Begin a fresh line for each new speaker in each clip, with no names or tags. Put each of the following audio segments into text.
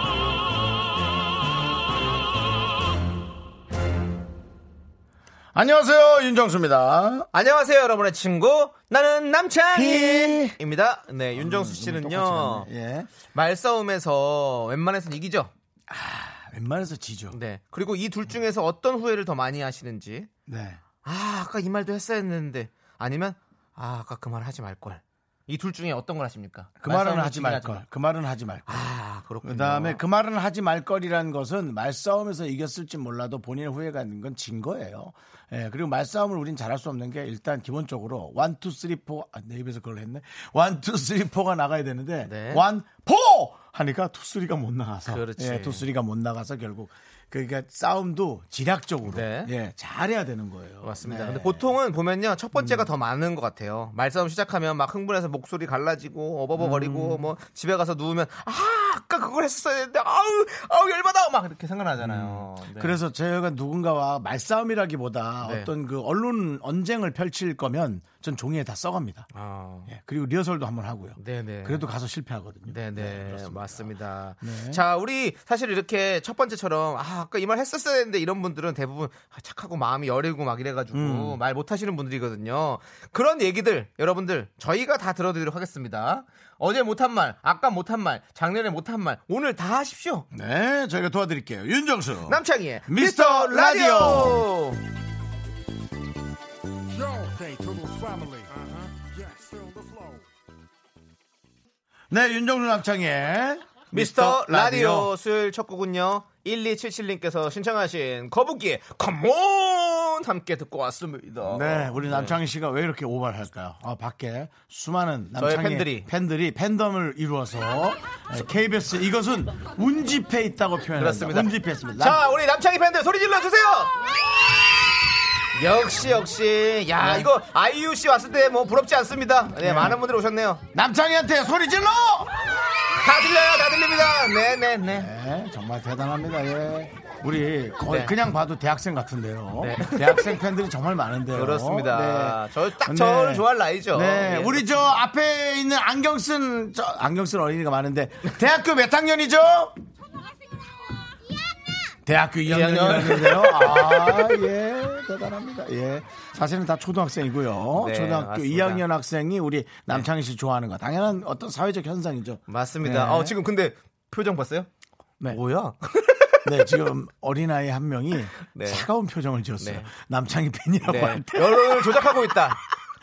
안녕하세요 윤정수입니다.
안녕하세요, 여러분의 친구. 나는 남창희입니다. 네, 윤정수
예. 음, 똑같이
씨는요.
갔네. 예.
말싸움에서 웬만해서는 이기죠.
웬만해서 지죠.
네. 그리고 이 둘 중에서 어떤 후회를 더 많이 하시는지.
네.
아, 아까 이 말도 했어야 했는데. 아니면, 아, 아까 그 말 하지 말걸. 이 둘 중에 어떤 걸 하십니까?
그 말은
말싸움에서
하지
지긴
말걸.
하지만.
그 말은 하지 말걸.
아, 그렇군요.
그 다음에 그 말은 하지 말걸이라는 것은 말싸움에서 이겼을지 몰라도 본인의 후회가 있는 건 진 거예요. 예, 그리고 말싸움을 우린 잘할 수 없는 게 일단 기본적으로 1, 2, 3, 4, 아, 내 입에서 그걸 했네. 1, 2, 3, 4가 나가야 되는데 1,
네.
4! 하니까 2, 3가 못 나가서.
그렇지.
예, 2, 3가 못 나가서 결국. 그러니까 싸움도 지략적으로.
네.
예, 잘해야 되는 거예요.
맞습니다.
네.
근데 보통은 보면요 첫 번째가 더 많은 것 같아요. 말싸움 시작하면 막 흥분해서 목소리 갈라지고 어버버거리고
음.
뭐 집에 가서 누우면 아 아까 그걸 했었어야 했는데 아우 아우 열받아 막 이렇게 생각나잖아요. 네.
음. 그래서 제가 누군가와 말싸움이라기보다
네.
어떤 그 언론 언쟁을 펼칠 거면 전 종이에 다 써갑니다.
아,
예, 그리고 리허설도 한번 하고요.
네네.
그래도 가서 실패하거든요. 네,
네네
그렇습니다.
맞습니다.
네.
자 우리 사실 이렇게 첫 번째처럼 아 아까 이 말 했었어야 했는데 이런 분들은 대부분 아, 착하고 마음이 여리고 막 이래가지고
음.
말 못하시는 분들이거든요. 그런 얘기들 여러분들 저희가 다 들어드리도록 하겠습니다. 어제 못한 말, 아까 못한 말, 작년에 못한 말 오늘 다 하십시오.
네, 저희가 도와드릴게요. 윤정수.
남창희의
어. 미스터
미스터
라디오.
라디오.
네, 윤정수 남창의
미스터 라디오 수요일 첫 곡은요 1277님께서 신청하신 거북이의 컴온 함께 듣고 왔습니다.
네, 우리 남창희 씨가 왜 이렇게 오바를 할까요? 아, 밖에 수많은
저의
남창희
팬들이.
팬들이 팬덤을 이루어서 네, KBS 이것은 운집해 있다고 표현합니다.
그렇습니다.
운집했습니다.
자, 우리 남창희 팬들 소리 질러 주세요. 역시 역시 야
네.
이거 아이유 씨 왔을 때 뭐 부럽지 않습니다. 네, 많은 분들이 오셨네요.
남창희한테 소리 질러!
다 들려요, 다 들립니다. 네, 네, 네.
네, 정말 대단합니다. 예. 우리 거의
네.
그냥 봐도 대학생 같은데요.
네.
대학생 팬들이 정말 많은데요.
그렇습니다.
네.
저- 딱
근데-
저를 좋아할 나이죠.
네,
예.
우리 저 앞에 있는 안경 쓴 저 안경 쓴 어린이가 많은데 대학교 몇 학년이죠? 대학교 2학년이라는데요. 아, 예, 대단합니다. 예. 사실은 다 초등학생이고요.
네,
초등학교
맞습니다.
2학년 학생이 우리 남창희 씨 좋아하는 거. 당연한 어떤 사회적 현상이죠.
맞습니다.
네.
어, 지금 근데 표정 봤어요?
네.
뭐야?
네, 지금 어린아이 한 명이
네.
차가운 표정을 지었어요.
네.
남창희 팬이라고
네.
할 때.
여론을 조작하고 있다.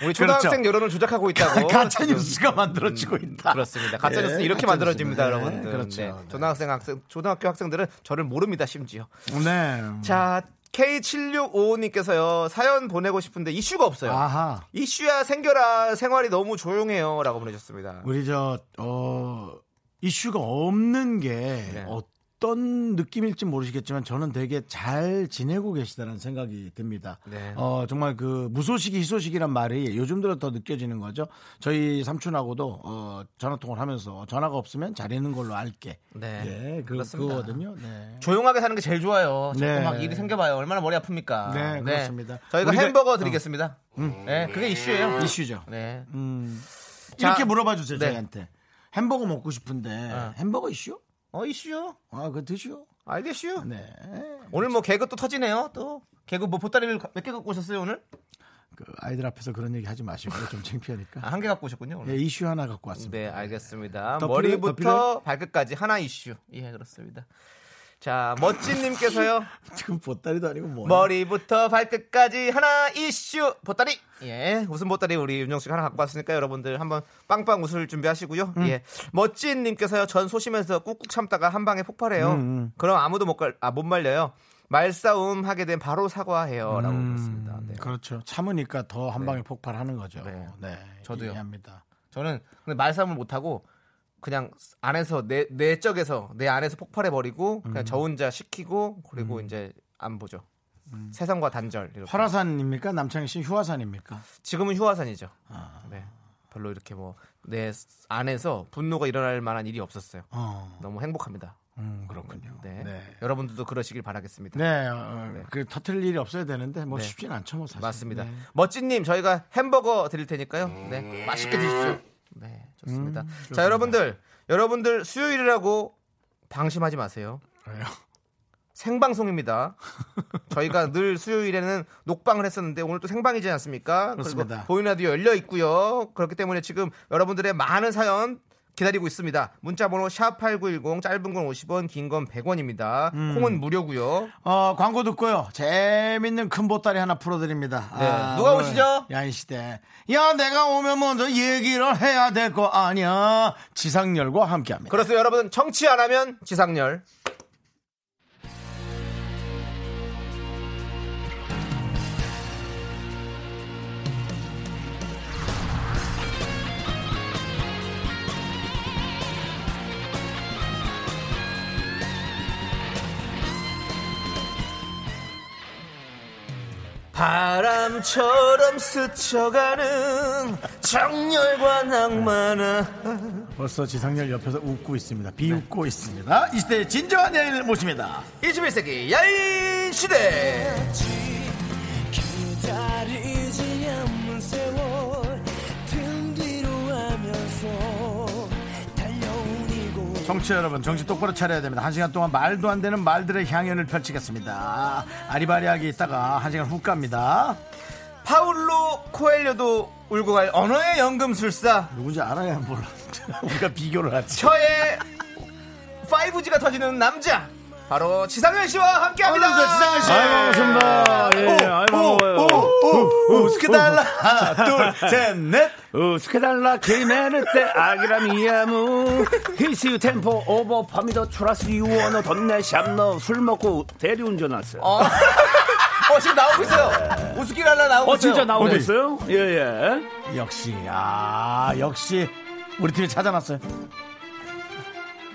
우리 초등학생
그렇죠.
여론을 조작하고 있다고. 음.
가짜 뉴스가 만들어지고 있다.
어, 그렇습니다. 가짜
예,
뉴스는 이렇게
가짜
만들어집니다,
뉴스는.
여러분.
네,
들
그렇죠.
초등학생 학생, 초등학교 학생들은 저를 모릅니다, 심지어.
네.
자, K7655님께서요, 사연 보내고 싶은데 이슈가 없어요.
아하.
이슈야 생겨라 생활이 너무 조용해요 라고 보내셨습니다.
우리 저, 어, 이슈가 없는 게
네.
어떤 느낌일지 모르시겠지만 저는 되게 잘 지내고 계시다는 생각이 듭니다.
네.
어, 정말 그 무소식이 희소식이란 말이 요즘 들어 더 느껴지는 거죠. 저희 삼촌하고도 어, 전화통화를 하면서 전화가 없으면 잘 있는 걸로 알게.
네.
예, 그,
그렇습니다.
그거거든요. 네.
조용하게 사는 게 제일 좋아요. 자꾸
네.
막 일이 생겨봐요. 얼마나 머리 아픕니까?
네, 그렇습니다.
저희가
우리가-
햄버거 드리겠습니다. 네, 그게 이슈예요.
이슈죠. 음.
네. 자,
이렇게 물어봐 주세요,
네.
저희한테. 햄버거 먹고 싶은데 햄버거 이슈?
어, 이슈요?
아, 그거 드시오.
아이디 이슈요?
네.
오늘 뭐 개그 또 터지네요. 또 개그 뭐 보따리를 몇 개 갖고 오셨어요 오늘?
그 아이들 앞에서 그런 얘기 하지 마시고 좀 창피하니까.
아, 한 개 갖고 오셨군요. 오늘.
네, 이슈 하나 갖고 왔습니다.
네, 알겠습니다.
더
머리부터
필요해? 더
발끝까지 하나 이슈. 예, 그렇습니다. 자, 멋진님께서요.
지금 보따리도 아니고 뭐.
머리부터 발끝까지 하나 이슈 보따리. 예, 웃음 보따리 우리 윤정 씨가 하나 갖고 왔으니까 여러분들 한번 빵빵 웃을 준비하시고요. 예, 멋진님께서요. 전 소심해서 꾹꾹 참다가 한 방에 폭발해요. 그럼 아무도 못 갈, 아, 못 말려요. 말싸움 하게 된 바로 사과해요라고 그랬습니다. 네.
그렇죠. 참으니까 더 한 방에 폭발하는 거죠. 네.
네. 저도요.
이해합니다.
저는 근데 말싸움을 못 하고 그냥 안에서 내 내적에서 내 안에서 폭발해 버리고 그냥 저 혼자 시키고 그리고 이제 안 보죠. 세상과 단절. 이렇게.
화라산입니까? 남창희 씨 휴화산입니까?
지금은 휴화산이죠.
아.
네. 별로 이렇게 뭐 내 안에서 분노가 일어날 만한 일이 없었어요.
어,
너무 행복합니다.
음, 그렇군요.
네.
네. 네.
여러분들도 그러시길 바라겠습니다.
어, 그 터트릴 일이 없어야 되는데 뭐
네.
쉽진 않죠, 뭐 사실.
맞습니다.
네.
멋진님 저희가 햄버거 드릴 테니까요. 네, 맛있게 드십시오. 네, 좋습니다.
음,
자, 여러분들, 여러분들 수요일이라고 방심하지 마세요.
그래요.
생방송입니다. 저희가 늘 수요일에는 녹방을 했었는데 오늘 또 생방이지 않습니까?
그렇습니다.
그리고 보이는 라디오 열려 있고요. 그렇기 때문에 지금 여러분들의 많은 사연 기다리고 있습니다. 문자번호 샵8910 짧은 건 50원, 긴 건 100원입니다.
음.
콩은 무료고요.
어, 광고 듣고요. 재밌는 큰 보따리 하나 풀어드립니다.
네. 누가
오늘
오시죠?
야인시대. 야, 내가 오면 먼저 얘기를 해야 될 거 아니야. 지상렬과 함께 합니다.
그래서 여러분 청취 안 하면 지상렬. 바람처럼 스쳐가는 정열과 낭만아
벌써 지상렬 옆에서 웃고 있습니다. 비웃고 있습니다. 네. 이 시대의 진정한 야인을 모십니다.
21세기 야인 시대
기다리지 않는 세월 등 뒤로 하면서 달려온 이곳
정치 여러분, 정신 똑바로 차려야 됩니다. 한 시간 동안 말도 안 되는 말들의 향연을 펼치겠습니다. 아리바리하게 있다가 한 시간 훅 갑니다.
파울로 코엘료도 울고 갈 언어의 연금술사
누군지 알아야 몰라. 우리가 비교를 하지.
혀에 5G가 터지는 남자 바로 지상현 씨와 함께합니다.
어서 오세요, 지상현 씨.
아이 반갑습니다.
네,
예, 예, 아이 반가워요.
오오오오 스케달라 하나 둘셋넷
어, 우스케달라 게임에는 때 아기람 이야무 히스유 템포 오버 파미더 추라스 유원어 덧내 샵너 술 먹고 대리운전 왔어요.
어. 어, 지금 나오고 있어요. 우스키 날라 나오고
어
있어요.
진짜 나오셨어요? 예예.
역시 아 역시 우리 팀이 찾아놨어요.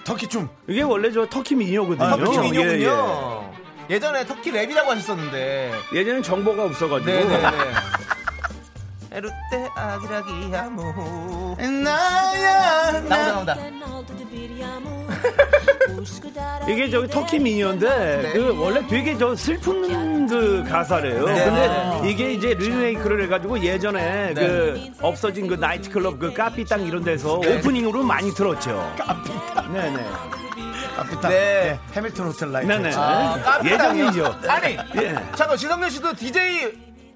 터키 춤
이게 원래 저 터키 미녀거든요.
아,
터키
터키
민요군요. 예, 전에 터키 랩이라고 하셨었는데.
예, 예전엔 정보가 없어가지고
네네네. 에르테 아기라기 아무.
나야
나온다 나온다.
이게 저기 터키 미녀인데 그 원래 되게 저 슬픈 그 가사래요.
네.
근데 이게 이제 리메이크를 해가지고 예전에 그 없어진 그 나이트클럽 그 카피땅 이런 데서
네.
오프닝으로 많이 들었죠. 카피땅. 네네.
앞에
네.
네 해밀턴 호텔 라이트
네네.
아, 깜짝이야.
예전이죠.
아니,
예.
잠깐 지성렬 씨도 DJ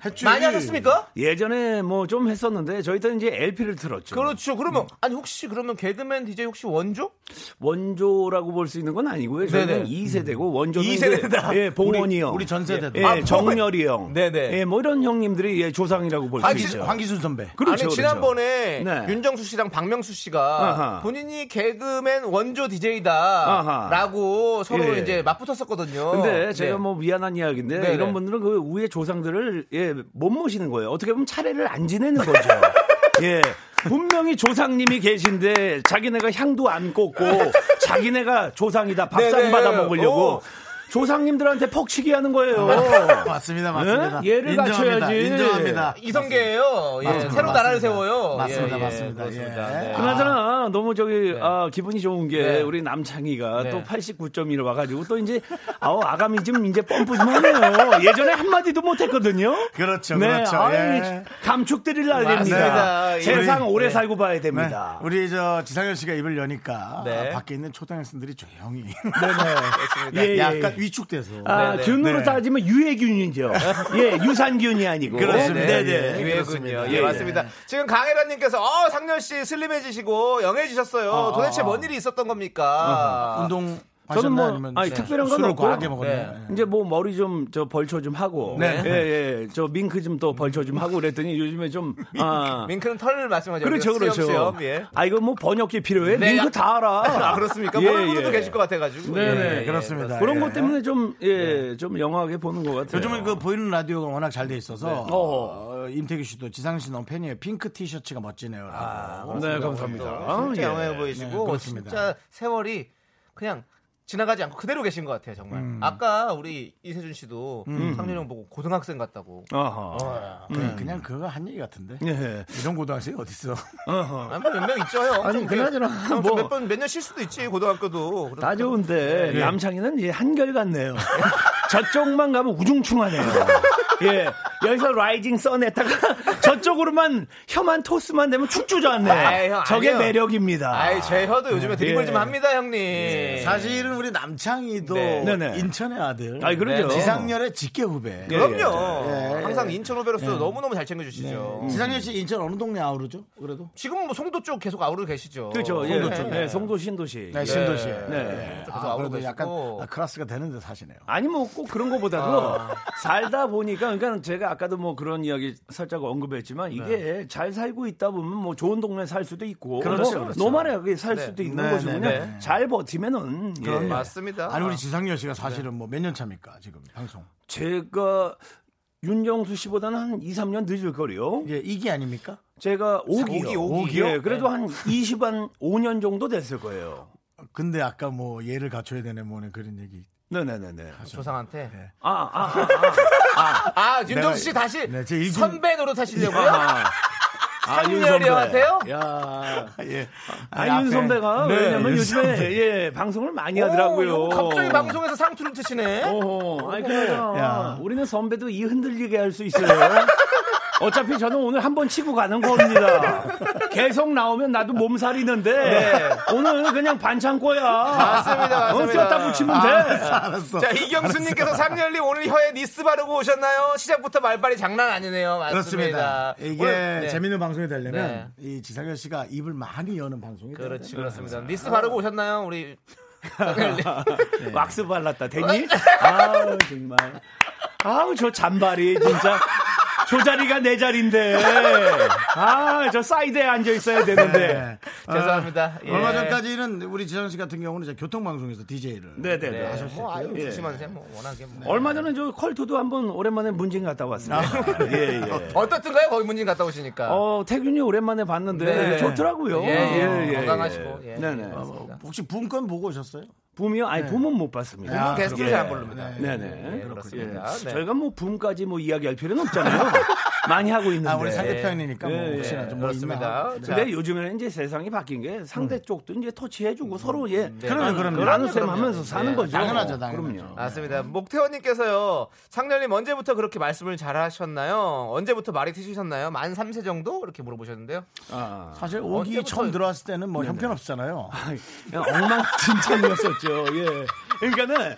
해줄.
많이 하셨습니까?
예전에 뭐 좀 했었는데 저희 때는 이제 LP를 들었죠.
그렇죠. 그러면 아니 혹시 그러면 개그맨 DJ 혹시 원조?
원조라고 볼 수 있는 건 아니고요. 저희는
네네.
2세대고 원조는
이 세대다.
그, 예, 봉원이
우리-
형.
우리 전 세대다.
예,
아,
예, 정열이 형.
네네. 아,
예, 뭐 이런 형님들이 예, 조상이라고 볼 수
황기-
있죠.
황기순 선배
그렇죠.
아니
그렇죠.
지난번에
네.
윤정수 씨랑 박명수 씨가
아하.
본인이 개그맨 원조 DJ다라고 서로
예.
이제 맞붙었었거든요.
근데
네.
제가 뭐 미안한 이야기인데
네네.
이런 분들은 그 우의 조상들을 예, 못 모시는 거예요. 어떻게 보면 차례를 안 지내는 거죠. 예. 분명히 조상님이 계신데 자기네가 향도 안 꽂고 자기네가 조상이다
네네.
밥상 받아 먹으려고
오. 아.
조상님들한테 퍽치기 하는 거예요.
맞습니다 맞습니다
예? 예를
인정합니다,
갖춰야지.
인정합니다
이성계예요. 예,
맞습니다.
새로 나라를
맞습니다.
세워요.
맞습니다,
예, 예,
맞습니다.
그렇습니다.
예.
네.
그나저나 너무 저기 아, 기분이 좋은 게
네.
우리 남창희가
네.
또 89.1로 와가지고 또 이제 아우 아감이 좀 이제 펌프 좀 하네요. 예전에 한 마디도 못했거든요.
그렇죠,
네,
그렇죠.
아이,
예.
감축드릴라 됩니다.
맞습니다. 예.
세상
우리,
오래
네.
살고 봐야
네,
됩니다.
우리 저 지상현 씨가 입을 여니까
네.
아, 밖에 있는 초등학생들이 조용히
그렇습니다.
예, 예.
약간 위축돼서
아,
네, 네.
균으로
네.
따지면 유해균이죠. 예, 유산균이 아니고.
그렇습니다.
네,
예.
네.
기회군요.
그렇습니다.
예,
예,
맞습니다. 지금 강혜란님께서 어 상렬 씨 슬림해지시고 영해지셨어요. 도대체 뭔 일이 있었던 겁니까?
운동
저는 뭐,
하셨나요? 아니면 네.
아니, 특별한 건
술을
없고요.
과하게 먹었나요?
네.
예.
이제 뭐 머리 좀 저 벌초 좀 하고
네.
예, 예. 저 밍크 좀 또 벌초 좀 하고 그랬더니 요즘에 좀 아,
밍크는 털을 말씀하죠.
그렇죠,
우리가
그렇죠.
수염, 수염, 예.
아, 이거 뭐 번역기 필요해?
네,
링크
약-
다 알아.
아 그렇습니까?
예,
모르는 분들도
예.
계실 것 같아가지고.
네, 네,
그렇습니다.
그런
예.
것 때문에 좀, 예,
네.
좀 영하게 보는 것 같아요.
요즘은 그 보이는 라디오가 워낙 잘 돼 있어서
어허.
어, 임태규 씨도 지상 씨 너무 팬이에요. 핑크 티셔츠가 멋지네요.
네, 감사합니다.
아, 진짜
예.
영해 보이시고
네, 그렇습니다.
진짜 세월이 그냥 지나가지 않고 그대로 계신 것 같아요 정말.
음.
아까 우리 이세준 씨도 상렬 형 보고 고등학생 같다고.
어허.
아,
음, 그냥, 그냥 그거 한 얘기 같은데.
예.
이런 고등학생이 어딨어.
어허.
아, 뭐 몇명 있죠 형.
아니,
좀
그나저나
이렇게 좀
뭐-
몇 번 몇 년 쉴 수도 있지 고등학교도.
다
그래도 네.
좋은데 남창이는 예, 한결 같네요. 저쪽만 가면 우중충하네요. 예. 여기서 라이징 써냈다가 저쪽으로만 혀만 토스만 되면 축
아이,
주저앉네.
형,
저게
아니에요.
매력입니다.
아이 제 혀도 요즘에 드리블
예.
좀 합니다 형님.
사실은 우리 남창희도
네.
네네.
인천의 아들. 네,
아이, 그러죠.
지상렬의 직계 후배.
예. 네. 음.
그럼요.
예, 예.
항상 인천 후배로서 너무너무 잘 챙겨주시죠.
지상렬 씨 인천 어느 동네 아우르죠? 그래도?
지금 뭐 송도 쪽 계속 아우르 계시죠.
그렇죠. 예.
송도
예.
쪽.
네, 송도 신도시.
네, 신도시.
네.
네.
아, 그래도
계시고.
약간 아, 클라스가 되는데 사시네요.
아니 뭐 꼭 그런 거보다도 살다 보니까 그러니까 제가 아까도 뭐 그런 이야기 살짝 언급했지만 이게 잘 살고 있다 보면 뭐 좋은 동네 살 수도 있고
그렇죠,
뭐
그렇죠.
노말하게 살
네.
수도
네,
있는 거죠.
네,
그냥
네.
잘 버티면은 예.
그럼요. 맞습니다.
아니, 우리 지상렬 씨가 사실은
네.
뭐 몇 년 차입니까? 지금 방송.
제가 윤정수 씨보다는 한 2, 3년 늦을 거리요.
이게 이기 아닙니까?
제가 5기요.
오기, 오기요?
예, 그래도 한 20, 한 5년 정도 됐을 거예요.
근데 아까 뭐 예를 갖춰야 되네 뭐는 그런 얘기.
네네네네.
조상한테.
아, 아, 아.
아, 윤정수 씨 다시
네, 제 일진-
선배 노릇 하시려고요?
아, 아, 윤
상렬이
선배.
형한테요?
야, 예. 아니,
아, 윤
앞에-
선배가
네,
왜냐면
윤
요즘에
선배.
예, 방송을 많이
오, 뭐
하더라고요.
갑자기 방송에서 상투를 트시네.
어허. 아니, 그나저나
야.
우리는 선배도 이 흔들리게 할 수 있어요. 어차피 저는 오늘 한 번 치고 가는 겁니다. 계속 나오면 나도 몸살이는데 오늘 그냥 반찬 꼬야.
네. 맞습니다,
어,
맞습니다. 아.
다 붙이면 돼.
알았어.
자, 이경수님께서 상렬님 오늘 혀에 니스 바르고 오셨나요? 시작부터 말발이 장난 아니네요.
그렇습니다.
맞습니다.
이게
오늘- 네.
재밌는 방송이 되려면 이 지상렬 씨가 입을 많이 여는 방송이
그렇지,
돼야 돼요.
그렇습니다. 니스 바르고 오셨나요? 우리. 상렬님? 네.
왁스 발랐다 됐니? 아우 정말 아우 저 잔발이 진짜 저 자리가 내 자리인데 아저 사이드에 앉아 있어야
네.
네.
되는데
죄송합니다. 예.
아, 얼마 전까지는 우리 지상 씨 같은 경우는 이제 교통방송에서 DJ를
네네네
네. 뭐, 아유, 조심하세요. 뭐, 워낙에. 뭐.
얼마 전에 저 컬투도 한번 오랜만에 문진 갔다
아.
왔습니다 예예
어떻든가요? 거기 문진 갔다 오시니까.
어 태균이 오랜만에 봤는데
네.
좋더라고요
예, 예. 건강하시고, 예.
네네
혹시 분권 보고 오셨어요?
붐이요 아니 붐은 못 봤습니다
네. 아, 게스트를
예.
잘안 부릅니다.
네네
예, 그렇습니다. 네.
저희가 뭐 붐까지 뭐 이야기할 필요는 없잖아요 많이 하고 있는데
아, 우리 상대편이니까 뭐
예, 예.
혹시나 좀뭐 있나.
그렇습니다. 자,
근데 요즘에는 이제 세상이 바뀐 게 상대 쪽도 이제 터치해주고 서로 예
음. 네. 그럼요, 그럼요. 네.
나눗셈
그럼요.
하면서 사는
예.
거죠.
당연하죠,
그럼요.
당연하죠.
맞습니다. 목태원님께서요, 상렬님 언제부터 그렇게 말씀을 잘 하셨나요? 언제부터 말이 트시셨나요? 만 3세 정도? 이렇게 물어보셨는데요.
아,
사실 오기
언제부터-
처음 들어왔을 때는 뭐 형편없잖아요.
그냥 엉망진창이었었죠. 예. 그러니까는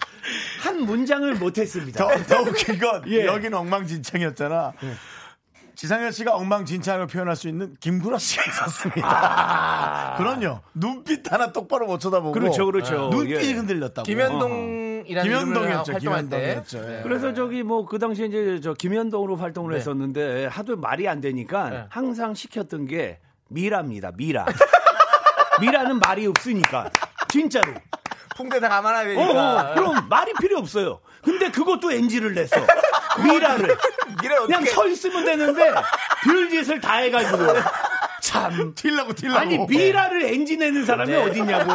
한 문장을 못했습니다.
더, 더 웃긴 건
예.
여긴 엉망진창이었잖아. 지상현 씨가 엉망진창을 표현할 수 있는 김구라 씨가 있었습니다. 그럼요. 눈빛 하나 똑바로 못 쳐다보고.
그렇죠, 그렇죠.
눈빛이
예.
흔들렸다고.
김현동이라는 이름으로
김현동이었죠.
활동할 때.
김현동이었죠. 예.
그래서 저기 뭐 그 당시에 이제 저 김현동으로 활동을
네.
했었는데 하도 말이 안 되니까 항상 시켰던 게 미라입니다. 미라. 미라는 말이 없으니까 진짜로.
풍대 다 감안하게
어,
되니까.
그러니까.
어, 그럼 말이 필요 없어요. 근데 그것도 NG를 냈어. 미라를.
이래
그냥
어떻게
서 있으면 되는데 별짓을 다 해가지고 참
틸라고 틸라고.
아니 미라를 엔지 내는 사람이 어디냐고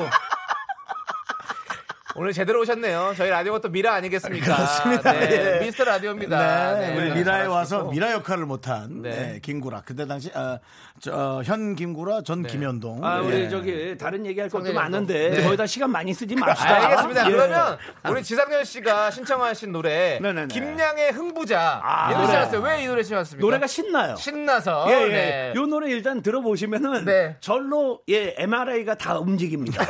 오늘 제대로 오셨네요. 저희 라디오가 또 미라 아니겠습니까?
그렇습니다.
네,
예.
미스터 라디오입니다.
네,
네,
우리
네,
미라에
잘하시고.
와서 미라 역할을 못한
네.
네, 김구라. 그때 당시 아, 저, 어, 현 김구라 전 김현동.
아 우리
예.
저기 다른 얘기할 것도
성대장도.
많은데
네.
거기다 시간 많이 쓰지 맙시다
알겠습니다.
예.
그러면 우리 지상렬 씨가 신청하신 노래
네네네.
김양의 흥부자
아,
이 노래
네.
신청했어요. 왜 이 노래 신청했습니까?
노래가 신나요 어,
신나서
예예
네.
요 노래 일단 들어보시면은
네.
절로 예 MRI가 다 움직입니다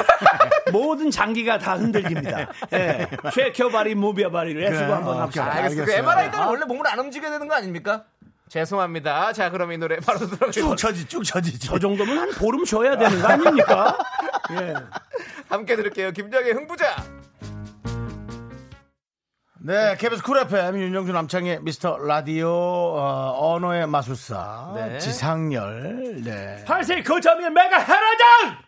모든 장기가 다 흔들립니다 예 쉐켜바리 무비아바리를 해서
그래,
한번
어,
합시다
오케이,
알겠습니다. 아.
알겠어요.
MRI 때는 원래 몸을 안 움직여야 되는 거 아닙니까? 죄송합니다. 자, 그럼 이 노래 바로
쭉
들어가겠습니다.
쳐지 쭉 쳐지.
저그 정도면 한 보름 쉬어야 되는 거 아닙니까 예
함께 들을게요. 김장의 흥부자.
네, KBS 쿨 FM 윤정수 남창의 미스터 라디오 어, 언어의 마술사
네.
지상열. 네.
89.1 메가 헤라장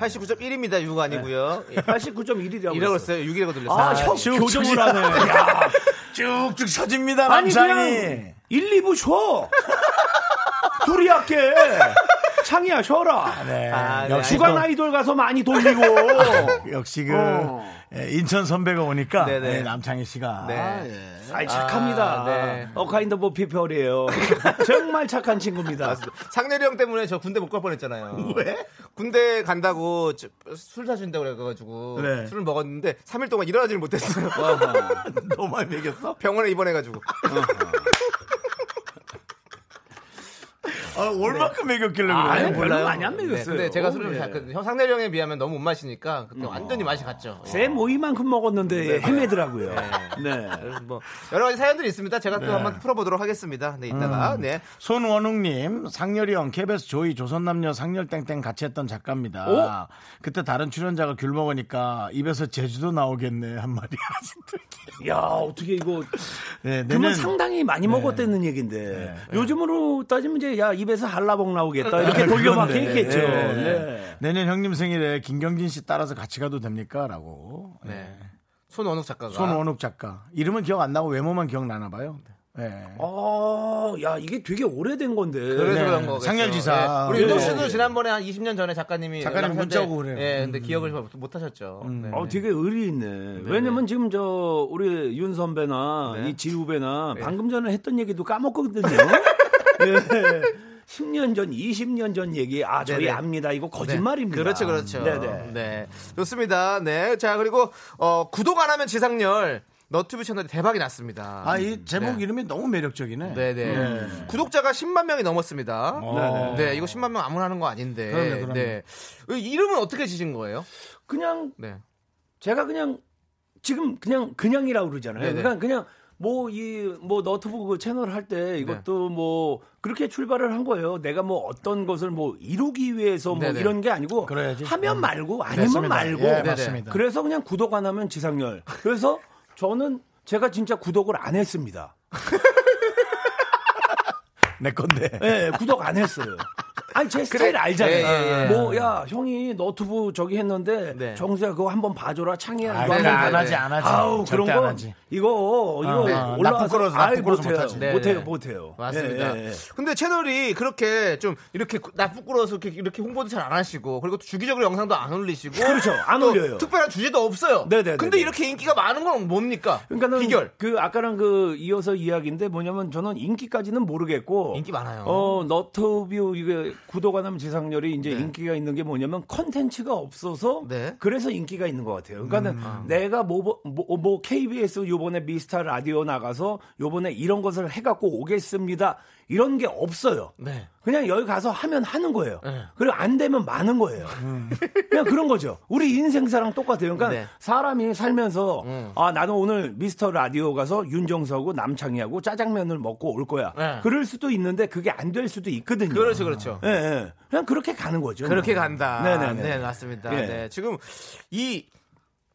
89.1입니다. 6 아니고요. 예.
89.1이라고
1이라고 했어요. 6이라고 들렸어요.
아, 형 교정을 하네. 야,
쭉쭉 쳐집니다,
아니
남창이.
그냥 1, 2부 쉬어. 둘이 할게. 창이야 쉬어라.
네.
아, 네,
역시
주간
또-
아이돌 가서 많이 돌리고.
역시 그
어.
예, 인천 선배가 오니까
네네.
예, 남창희 씨가
네.
아, 예.
아이 착합니다.
아, 네.
어카인더 보피별이에요. 정말 착한 친구입니다.
상렬이 형 때문에 저 군대 못 갈 뻔했잖아요. 왜? 군대 간다고 저- 술 사준다고 그래가지고
네.
술을 먹었는데 3일 동안 일어나질 못했어요.
너무 많이 얘기했어?
병원에 입원해가지고.
아, 얼마큼 먹였길래 그래?
아,
요
별로 많이 안
네,
먹였어요.
근데 제가 술을
예.
잘 끊- 형 상렬이 형에 비하면 너무 못 마시니까 그때 완전히 맛이 갔죠.
제 모이만큼 먹었는데 헤매더라고요. 네.
그래서 뭐 여러 가지 사연들이 있습니다. 제가
네.
또 한번 풀어보도록 하겠습니다. 네, 이따가
음.
네.
손원웅님, 상렬이 형, KBS 조이, 조선남녀 상렬땡땡 같이 했던 작가입니다. 그때 다른 출연자가 귤 먹으니까 입에서 제주도 나오겠네 한 마디 아직도.
야 어떻게 이거
네, 내년
그러면 상당히 많이 먹었다는 얘기인데 요즘으로 따지면 이제 야 입에서 한라봉 나오겠다 이렇게 돌려막기
그건데.
했겠죠.
네.
네.
내년 형님 생일에 김경진 씨 따라서 같이 가도 됩니까?라고.
네. 손원욱 작가가
손원욱 작가. 이름은 기억 안 나고 외모만 기억나나 봐요. 네.
어, 야 이게 되게 오래된 건데.
그래서
네.
그런 거겠죠.
상열지사.
예. 우리 윤정
네.
씨도 지난번에 한 20년 전에 작가님이
작가님
연락하셨는데,
문자 오고 그래요. 음.
예, 근데 기억을 못 하셨죠. 네.
어, 되게 의리 있네. 왜냐면 지금 저 우리 윤 선배나
네.
이 지우배나 방금 전에 했던 얘기도 까먹거든요. 예. 10년 전, 20년 전 얘기 아 저희
네네.
압니다. 이거
네.
거짓말입니다.
그렇죠, 그렇죠.
네네.
네. 좋습니다. 네. 자, 그리고, 어, 구독 안 하면 지상렬 너튜브 채널이 대박이 났습니다.
아, 이 제목
네.
이름이 너무 매력적이네.
네네. 구독자가 10만 명이 넘었습니다.
어.
네, 이거 10만 명 아무나 하는 거 아닌데.
그럼요, 그럼요.
네. 이 이름은 어떻게 지신 거예요?
그냥
네.
제가 그냥 지금 그냥 그냥이라고 그러잖아요.
네네.
그러니까 그냥 뭐 이 뭐 너트북 채널 할 때 이것도
네.
뭐 그렇게 출발을 한 거예요. 내가 뭐 어떤 것을 뭐 이루기 위해서 뭐
네네.
이런 게 아니고
그래야지.
하면
음.
말고 아니면
맞습니다.
말고
예,
네네.
맞습니다.
그래서 그냥 구독 안 하면 지상렬. 그래서 저는 제가 진짜 구독을 안 했습니다.
내 건데.
예, 구독 안 했어요. 아니 제 스타일 알잖아요.
예, 예, 예.
뭐 야 형이 너트북 저기 했는데
네.
정수야 그거 한번 봐줘라 창이야.
아,
이거
그래,
한번
안
네,
하지,
네.
안 하지.
아우
절대
그런
안
거
하지.
이거 이거
네. 나 부끄러워서,
올라와서
나
아이,
부끄러워서
못해요.
못하지.
네,
못해요
네.
못해요
맞습니다.
예, 예, 예.
근데 채널이 그렇게 좀 이렇게 나 부끄러워서 이렇게, 이렇게 홍보도 잘 안 하시고 그리고 또 주기적으로 영상도 안 올리시고
그렇죠. 안
또
올려요.
특별한 주제도 없어요.
네네네네.
근데 이렇게 인기가 많은 건 뭡니까?
그러니까는
비결.
그 아까랑 그 이어서 이야기인데 뭐냐면 저는 인기까지는 모르겠고
인기 많아요.
어 너트뷰 이게 구독 안 하면 지상렬이 이제 인기가 있는 게 뭐냐면 컨텐츠가 없어서
네.
그래서 인기가 있는 것 같아요. 그러니까는 내가 뭐뭐 뭐, 뭐 KBS 요번에 미스터 라디오 나가서 요번에 이런 것을 해갖고 오겠습니다. 이런 게 없어요.
네.
그냥 여기 가서 하면 하는 거예요.
네.
그리고 안 되면 마는 거예요. 그냥 그런 거죠. 우리 인생사랑 똑같아요. 그러니까
네.
사람이 살면서 아 나는 오늘 미스터 라디오 가서 윤정수하고 남창희하고 짜장면을 먹고 올 거야.
네.
그럴 수도 있는데 그게 안 될 수도 있거든요.
그렇죠, 그렇죠.
예, 예. 그냥 그렇게 가는 거죠. 뭐.
그렇게 간다.
음. 네네네.
네, 맞습니다.
예.
네, 지금 이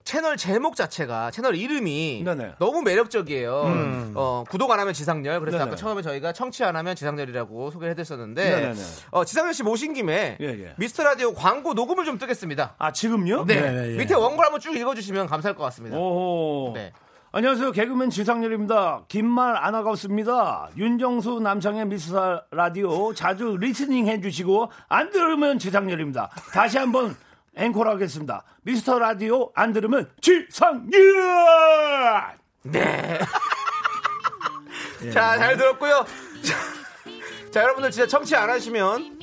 채널 제목 자체가 채널 이름이
네네. 음.
너무 매력적이에요. 어, 구독 안 하면 지상렬. 그래서
네네.
아까 처음에 저희가 청취 안 하면 지상렬이라고 소개를 해드렸었는데
네네네.
어, 지상렬 씨 모신 김에
예, 예.
미스터 라디오 광고 녹음을 좀 뜨겠습니다.
아 지금요?
네,
네네, 예.
밑에 원고를 한번 쭉 읽어주시면 감사할 것 같습니다.
오.
네.
안녕하세요. 개그맨 지상렬입니다. 긴 말 안 하고 없습니다. 윤정수 남창의 미스터 라디오 자주 리스닝 해주시고 안 들으면 지상렬입니다. 다시 한번 앵콜 하겠습니다. 미스터 라디오 안 들으면 지상렬! 예.
자, 잘 들었고요. 자, 자, 여러분들 진짜 청취 안 하시면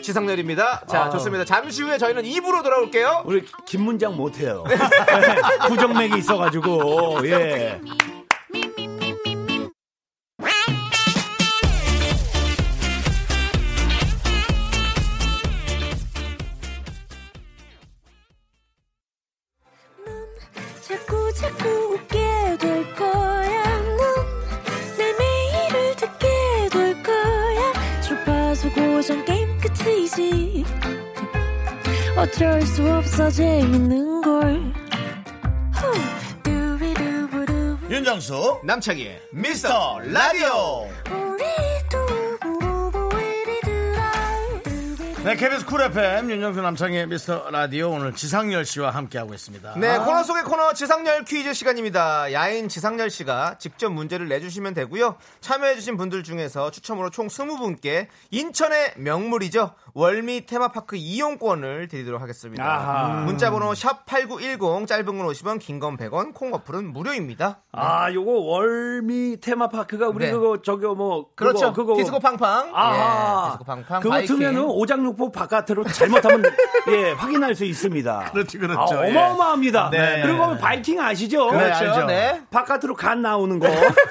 지상렬입니다. 자, 좋습니다. 잠시 후에 저희는 2부로 돌아올게요.
우리 긴 문장 못해요. 부정맥이 있어가지고 예.
자꾸 자꾸 웃게 될 거야. 넌내 매일을 듣게 될 거야. 주파수 고정 게임 끝이지. 어쩔 수 없어 재밌는 걸. 후. 두비두부두부.
윤정수,
남창희의 미스터 라디오.
우리 두부부부 우리 두라. 두비두부부.
네, KBS 쿨 FM 윤정수 남창의 미스터 라디오 오늘 지상열 씨와 함께하고 있습니다.
네,
아.
코너 속의 코너 지상렬 퀴즈 시간입니다. 야인 지상렬 씨가 직접 문제를 내주시면 되고요. 참여해주신 분들 중에서 추첨으로 총 20분께 인천의 명물이죠. 월미 테마파크 이용권을 드리도록 하겠습니다. 음.
아하.
문자번호 샵8910, 짧은 건 50원, 긴 건 100원, 콩 어플은 무료입니다.
아, 요거 월미 테마파크가 우리
네.
그거 저기 뭐 그거,
그렇죠.
그거
디스코 팡팡.
아,
예, 디스코 팡팡.
그거
바이킹. 네,
틀면은 오장육부 바깥으로 잘못하면 예 확인할 수 있습니다.
그렇지, 그렇죠.
아,
예.
어마어마합니다.
네.
그리고 바이킹 아시죠?
그렇죠.
그렇죠.
알죠.
네.
바깥으로 간 나오는 거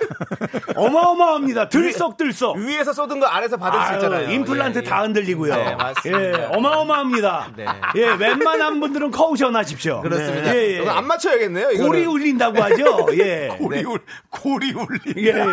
어마어마합니다. 들썩들썩.
위에서 쏟은 거 아래서 받을 수
아유,
있잖아요.
임플란트
예, 예.
다 흔들리고요.
네, 맞습니다.
예, 어마어마합니다.
네.
예, 웬만한 분들은 커우셔나십시오.
그렇습니다.
예, 예.
이거 안 맞춰야겠네요. 이거는. 네.
고리 울린다고 하죠. 예.
고리 울, 고리 울리.
예, 예, 예.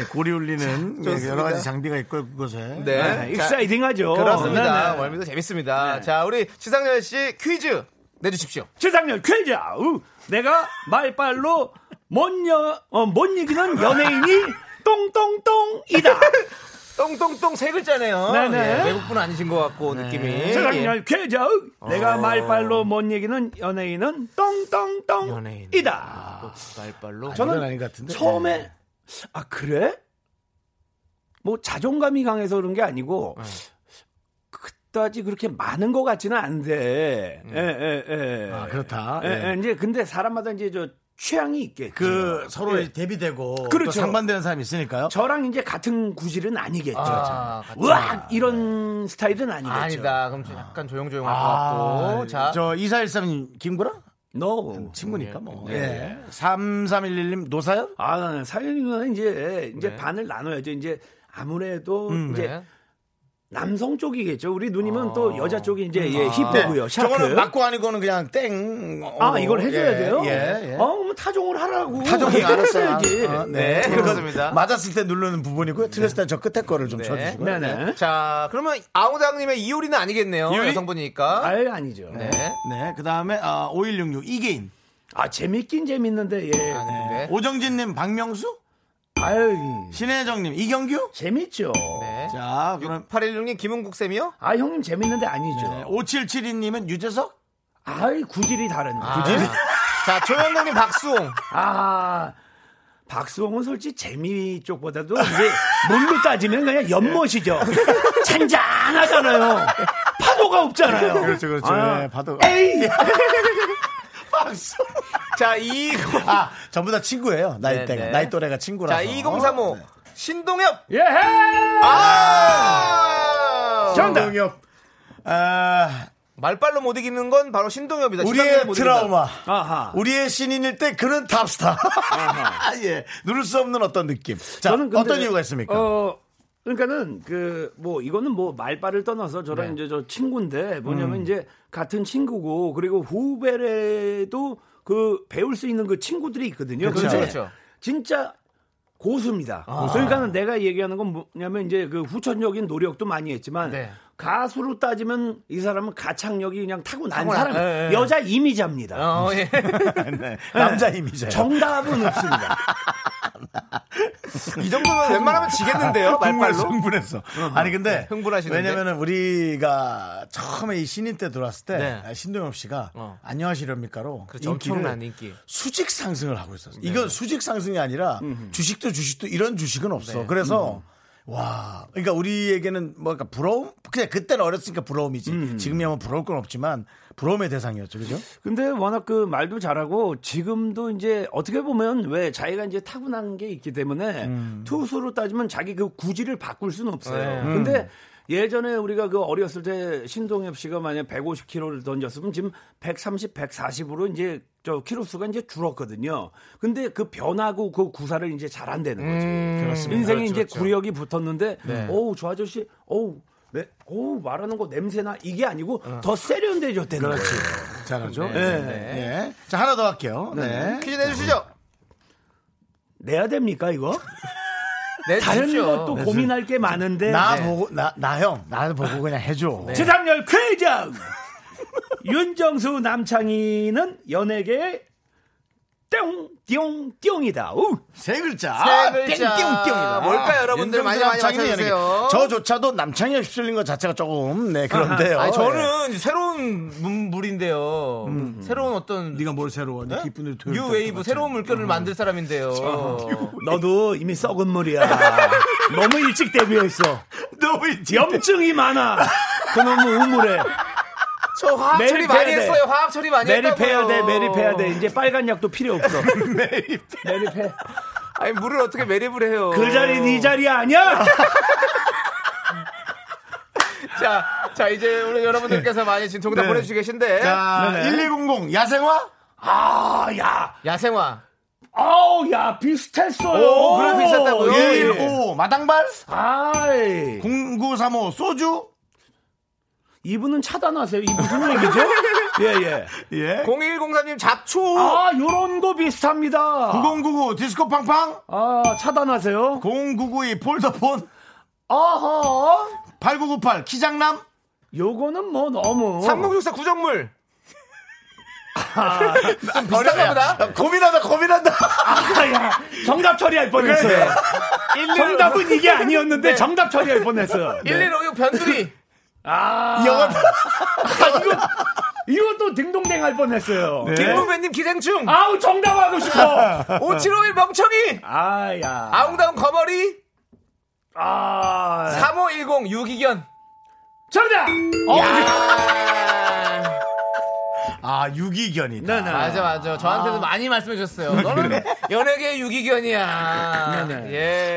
네, 고리 울리는 예, 여러 가지 장비가 있고 그곳에.
네.
네,
자,
익사이딩하죠.
그렇습니다.
네, 네.
월미도 재밌습니다. 자, 우리 지상렬 씨 퀴즈 내주십시오.
지상렬 퀴즈. 우, 어? 내가 말빨로 못, 여, 어, 못 이기는 연예인이
예,
똥똥똥이다.
똥똥똥 세 글자네요.
네네. 네.
예, 외국분 아니신 것 같고
예.
느낌이.
지상렬 퀴즈. 우, 어?
어.
내가 말빨로 못 이기는 연예인은
연예인.
똥똥똥이다.
말빨로.
저는 아, 아닌 것 같은데. 네. 예.
처음에 아 그래? 뭐 자존감이 강해서 그런 게 아니고
어.
그다지 그렇게 많은 것 같지는 않은데. 예예 예.
음. 아, 그렇다.
예,
예.
예, 이제 근데 사람마다 이제 저 취향이 있겠죠.
그 서로
예.
대비되고 또
그렇죠.
상반되는 사람이 있으니까요.
저랑 이제 같은 구질은 아니겠죠.
아, 같이.
으악 이런 스타일은 아니겠죠.
아니다. 그럼 좀 약간 조용조용할 것
아,
같고. 자,
저 2413님 김구라
No.
친구니까 뭐.
네.
예. 3311님 노사연?
아 사연이는 이제 이제
네.
반을 나눠야죠. 이제 아무래도 이제
네.
남성 쪽이겠죠. 우리 누님은
아.
또 여자 쪽이 이제 예,
네.
힙하고요.
저거는
샤크.
맞고 아니고는 그냥 땡.
네.
아
어,
이걸 해줘야
예,
돼요.
예, 예.
어, 그러면 타종을 하라고.
타종이 알았어요.
해줘야지.
아,
네, 그렇습니다.
맞았을 때 누르는 부분이고요. 틀렸을 때 저 끝에 거를 좀
네.
쳐주시고요.
네네.
자, 그러면 아우당님의 이효리는 아니겠네요.
이효리?
여성분이니까.
알 아니죠.
네.
네, 그 다음에 아, 5166 이계인
아 재밌긴 재밌는데 예.
네.
아닌데. 네.
오정진님 박명수
아유
신혜정님 이경규
재밌죠.
네.
자 그럼
6816님 김은국 쌤이요?
아 형님 재밌는데 아니죠.
네, 5772님은 유재석
아이 구질이 다른데.
아. 자, 조영국님 박수홍.
아 박수홍은 솔직히 재미 쪽보다도 이제 물로 따지면 그냥 연못이죠. 잔잔하잖아요. 파도가 없잖아요.
그렇죠 그렇죠
아,
네, 봐도
에이
자, 이
아 전부 다 친구예요 나이
네,
때가
네.
나이 또래가 친구라서 네.
자, 네. 2035. 신동엽.
예.
아!
정답.
동엽 아,
말빨로 못 이기는 건 바로 신동엽이다.
우리의 트라우마
아하.
우리의 신인일 때 그런 탑스타 예 누를 수 없는 어떤 느낌 자
저는 근데,
어떤 이유가 있습니까
어, 그러니까는 그 뭐 이거는 뭐 말빨을 떠나서 저랑
네.
이제 저 친구인데 뭐냐면
음.
이제 같은 친구고 그리고 후배래도 그 배울 수 있는 그 친구들이 있거든요.
그렇죠.
근데
그렇죠.
진짜 고수입니다.
아.
그러니까는 내가 얘기하는 건 뭐냐면 이제 그 후천적인 노력도 많이 했지만
네.
가수로 따지면 이 사람은 가창력이 그냥 타고난
타고난-
사람
예, 예.
여자 이미자입니다.
어, 예.
네, 남자 이미지
정답은 없습니다.
이 정도면 웬만하면 지겠는데요,
아, 흥분했어,
말빨로. 네,
흥분했어. 아니 근데
흥분하시는데?
왜냐면은 우리가 처음에 이 신인 때 들어왔을 때
네.
아, 신동엽 씨가
어.
안녕하시렵니까로
그렇죠,
인기를
엄청난 인기. 네.
수직 상승을 하고 있었어. 요 이건 수직 상승이 아니라 주식도 주식도 이런 주식은
네.
없어. 그래서 와, 그러니까 우리에게는 뭐 약간 부러움? 그냥 그때는 어렸으니까 부러움이지.
음.
지금이야 뭐 부러울 건 없지만 부러움의 대상이었죠, 그죠?
근데 워낙 그 말도 잘하고 지금도 이제 어떻게 보면 왜 자기가 이제 타고난 게 있기 때문에 투수로 따지면 자기 그 구질을 바꿀 수는 없어요. 근데 예전에 우리가 그 어렸을 때 신동엽 씨가 만약 150kg를 던졌으면 지금 130, 140으로 이제 저 키로수가 이제 줄었거든요. 근데 그 변하고 그 구사를 이제 잘한다는 거죠. 인생에 이제 구력이 붙었는데 어우 저 아저씨 어우 네, 어우 말하는 거 냄새나 이게 아니고 더 세련돼졌다는 거죠.
잘하죠. 예.
네,
예. 자, 하나 더 할게요. 네.
퀴즈 내주시죠.
내야 됩니까 이거? 다른
내주십시오. 네,
것도 고민할 게 많은데 네.
나 보고 나 나 형, 나 보고 그냥 해 줘.
네.
지상렬 퀴즈 윤정수 남창희는 연예계 띵, 띵, 띵이다. 우!
세 글자.
세 글자.
띵띵띵이다.
뭘까요, 여러분들? 많이 아, 많이
아, 윤정수 남창희
맞춰주세요.
연예계. 저조차도 남창이 휩쓸린 것 자체가 조금 네 그런데요.
아니, 저는 음, 새로운 문물인데요. 새로운 어떤
네가 뭘 새로워? 네 기쁜 일 토요일
뉴
때
웨이브 음.
똑같이.
새로운 물결을 만들 사람인데요.
너도 이미 썩은 물이야. 너무 일찍 데뷔했어.
너무 일찍
염증이 많아. 그놈은 우물해.
저 화합 처리
매립해야
많이
돼.
했어요. 화합 처리 많이
매립해야
했다고요.
돼, 매립해야 돼. 이제 빨간 약도 필요 없어. 매립해.
아니 물을 어떻게 매립을 해요?
그 자리 네 자리 아니야?
자, 자 이제 우리 여러분들께서 많이 지금 정답
네.
보내주시고 계신데
자,
네네.
1200 야생화?
아, 야.
야생화
아우, 야, 비슷했어요.
오, 그래, 비슷했다고요?
예, 예.
115 마당발?
아이.
0935 소주?
이분은 차단하세요. 이 무슨 얘기죠? 예, 예.
예.
0103님 잡초
아, 요런 거 비슷합니다.
9099 디스코 팡팡?
아, 차단하세요.
0992 폴더폰?
아하.
8998 키장남?
요거는 뭐 너무.
3064 구정물
비슷하다.
좀 비슷한가 보다
고민하다 고민한다.
아, 야. 정답 처리할 뻔했어요. 정답은 이게 아니었는데 정답 처리할 뻔했어요.
1156 변두리
아.
영어
이것도 딩동댕 할 뻔했어요.
김문배님 기생충
네. 아우 아. 정답하고 싶어.
5751 멍청이
아야.
아웅다운 거머리
아.
3510 유기견
정답.
아
네,
유기견이다.
맞아 맞아 저한테도 많이 말씀해 주셨어요 너는 연예계 유기견이야
아, 네네.
예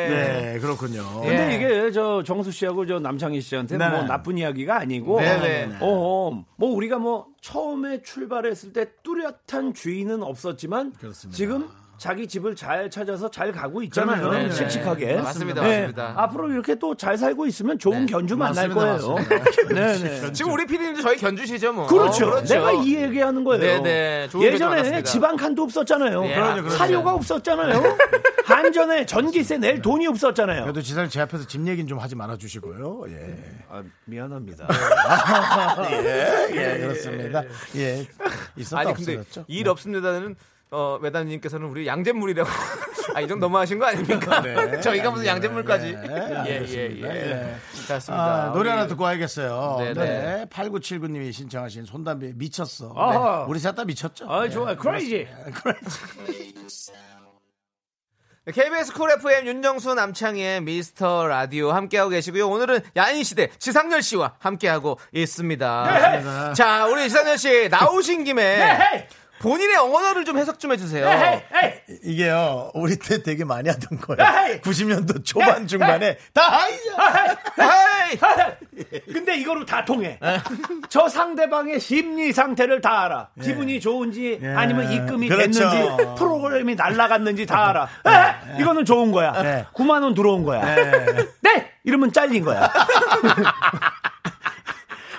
네 그렇군요.
예.
근데 이게 저 정수 씨하고 저 남창희 씨한테
네네.
뭐 나쁜 이야기가 아니고
네네.
어, 뭐 우리가 뭐 처음에 출발했을 때 뚜렷한 주인은 없었지만 지금 자기 집을 잘 찾아서 잘 가고 있잖아요.
그럼요. 네네.
씩씩하게.
맞습니다,
네.
맞습니다.
앞으로 이렇게 또 잘 살고 있으면 좋은 견주 만날
맞습니다,
거예요. 네네.
지금 우리 피디님도 저희 견주시죠 뭐
그렇죠.
어,
내가 이 얘기하는 거예요.
네네. 좋은 결정
예전에
받았습니다.
지방 칸도 없었잖아요.
예. 그러죠, 그러죠.
사료가 없었잖아요. 한전에 전기세 낼 돈이 없었잖아요.
그래도 지사님 제 앞에서 집 얘기는 좀 하지 말아 주시고요. 예.
아, 미안합니다.
예, 그렇습니다. 예. 있었다
아니 근데
없어졌죠.
일 없습니다는 어, 매단님께서는 우리 양잿물이라고 아, 이 정도 너무하신 거 아닙니까? 저희가 무슨 양잿물까지 예예예
아,
그렇습니다
노래 하나 듣고 와야겠어요. 네,
아, 네네.
8979님이 신청하신 손담비 미쳤어.
아하.
네, 우리 셋 다 미쳤죠. 네,
아, 좋아요. 크레이지.
네, KBS 쿨 FM 윤정수 남창희의 미스터 라디오 함께하고 계시고요 오늘은 야인시대 지상열 씨와 함께하고 있습니다 자 우리 지상열 씨 나오신 김에
헤이!
본인의 언어를 좀 해석 좀 해주세요
네, 헤이!
이게요, 우리 때 되게 많이 하던 거예요. 90년도 초반, 중반에 다 하이자!
헤이!
헤이! 근데 이거로 다 통해. 저 상대방의 심리 상태를 다 알아. 기분이 좋은지 아니면 입금이
그렇죠.
됐는지 프로그램이 날라갔는지 다 알아. 헤이! 이거는 좋은 거야.
네.
9만 원 들어온 거야. 네. 이러면 잘린 거야.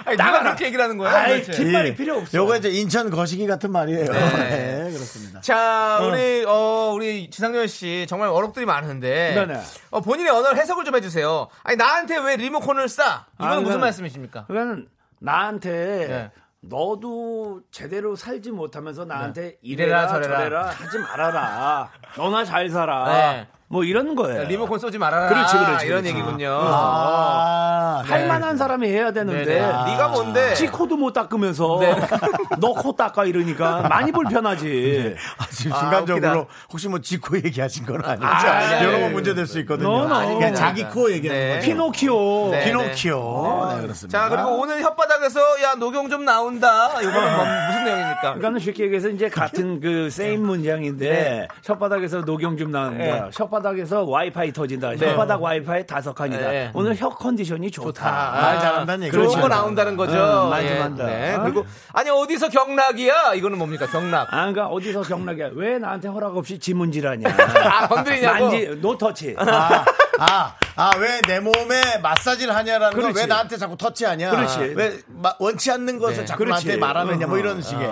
아니, 누가
나가라.
그렇게 얘기를 하는 거예요
아이,
도대체?
뒷말이 필요 없어.
요거 이제 인천 거시기 같은 말이에요. 네, 그렇습니다.
자, 우리 어 우리 지상렬 씨 정말 어록들이 많은데
네네.
어, 본인의 언어를 해석을 좀 해주세요. 아니 나한테 왜 리모컨을 쏴? 이건
아,
무슨
그건-
말씀이십니까?
그러니까 나한테
네.
너도 제대로 살지 못하면서 나한테
이래라,
이래라
저래라.
저래라. 하지 말아라. 너나 잘 살아.
네.
뭐 이런 거예요.
리모컨 쏘지 말아라.
그렇지, 그렇지,
이런
그렇지.
얘기군요.
아,
할 만한 사람이 해야 되는데
네. 네네. 아, 네가 뭔데?
지 코도 못 닦으면서
네.
너 코 닦아 이러니까 많이 불편하지.
아, 지금
아,
순간적으로
웃기다.
혹시 뭐 지코 얘기하신 건 아니죠?
아, 네.
여러 번 문제 될 수 있거든요.
No, no.
아니, 그냥 자기 코 얘기하는
네.
거죠.
피노키오.
네.
피노키오. 네, 그렇습니다.
자 그리고 오늘 혓바닥에서 야 녹용 좀 나온다. 이거는 뭐, 무슨 내용입니까?
그러니까는 쉽게 얘기해서 이제 같은 그 세임 문장인데 혓바닥에서 녹용 좀 나온다.
네.
혓바닥에서 와이파이 터진다. 혓바닥 와이파이 다섯 칸이다.
네.
오늘 혀 컨디션이 좋다.
아,
말 잘한다는 얘기죠.
좋은 거 나온다는 거죠.
응, 말 잘한다.
네. 그리고 아니 어디서 경락이야? 이거는 뭡니까? 경락.
아, 그러니까 어디서 경락이야? 왜 나한테 허락 없이 지문질하냐?
아 건드리냐고.
만지 노터치.
아, 아, 아, 왜 내 몸에 마사지를 하냐라는 걸
그렇지.
왜 나한테 자꾸 터치하냐.
그렇지.
왜 마- 원치 않는 것을
네.
자꾸
그렇지. 아,
나한테 말하느냐. 뭐 이런 식의.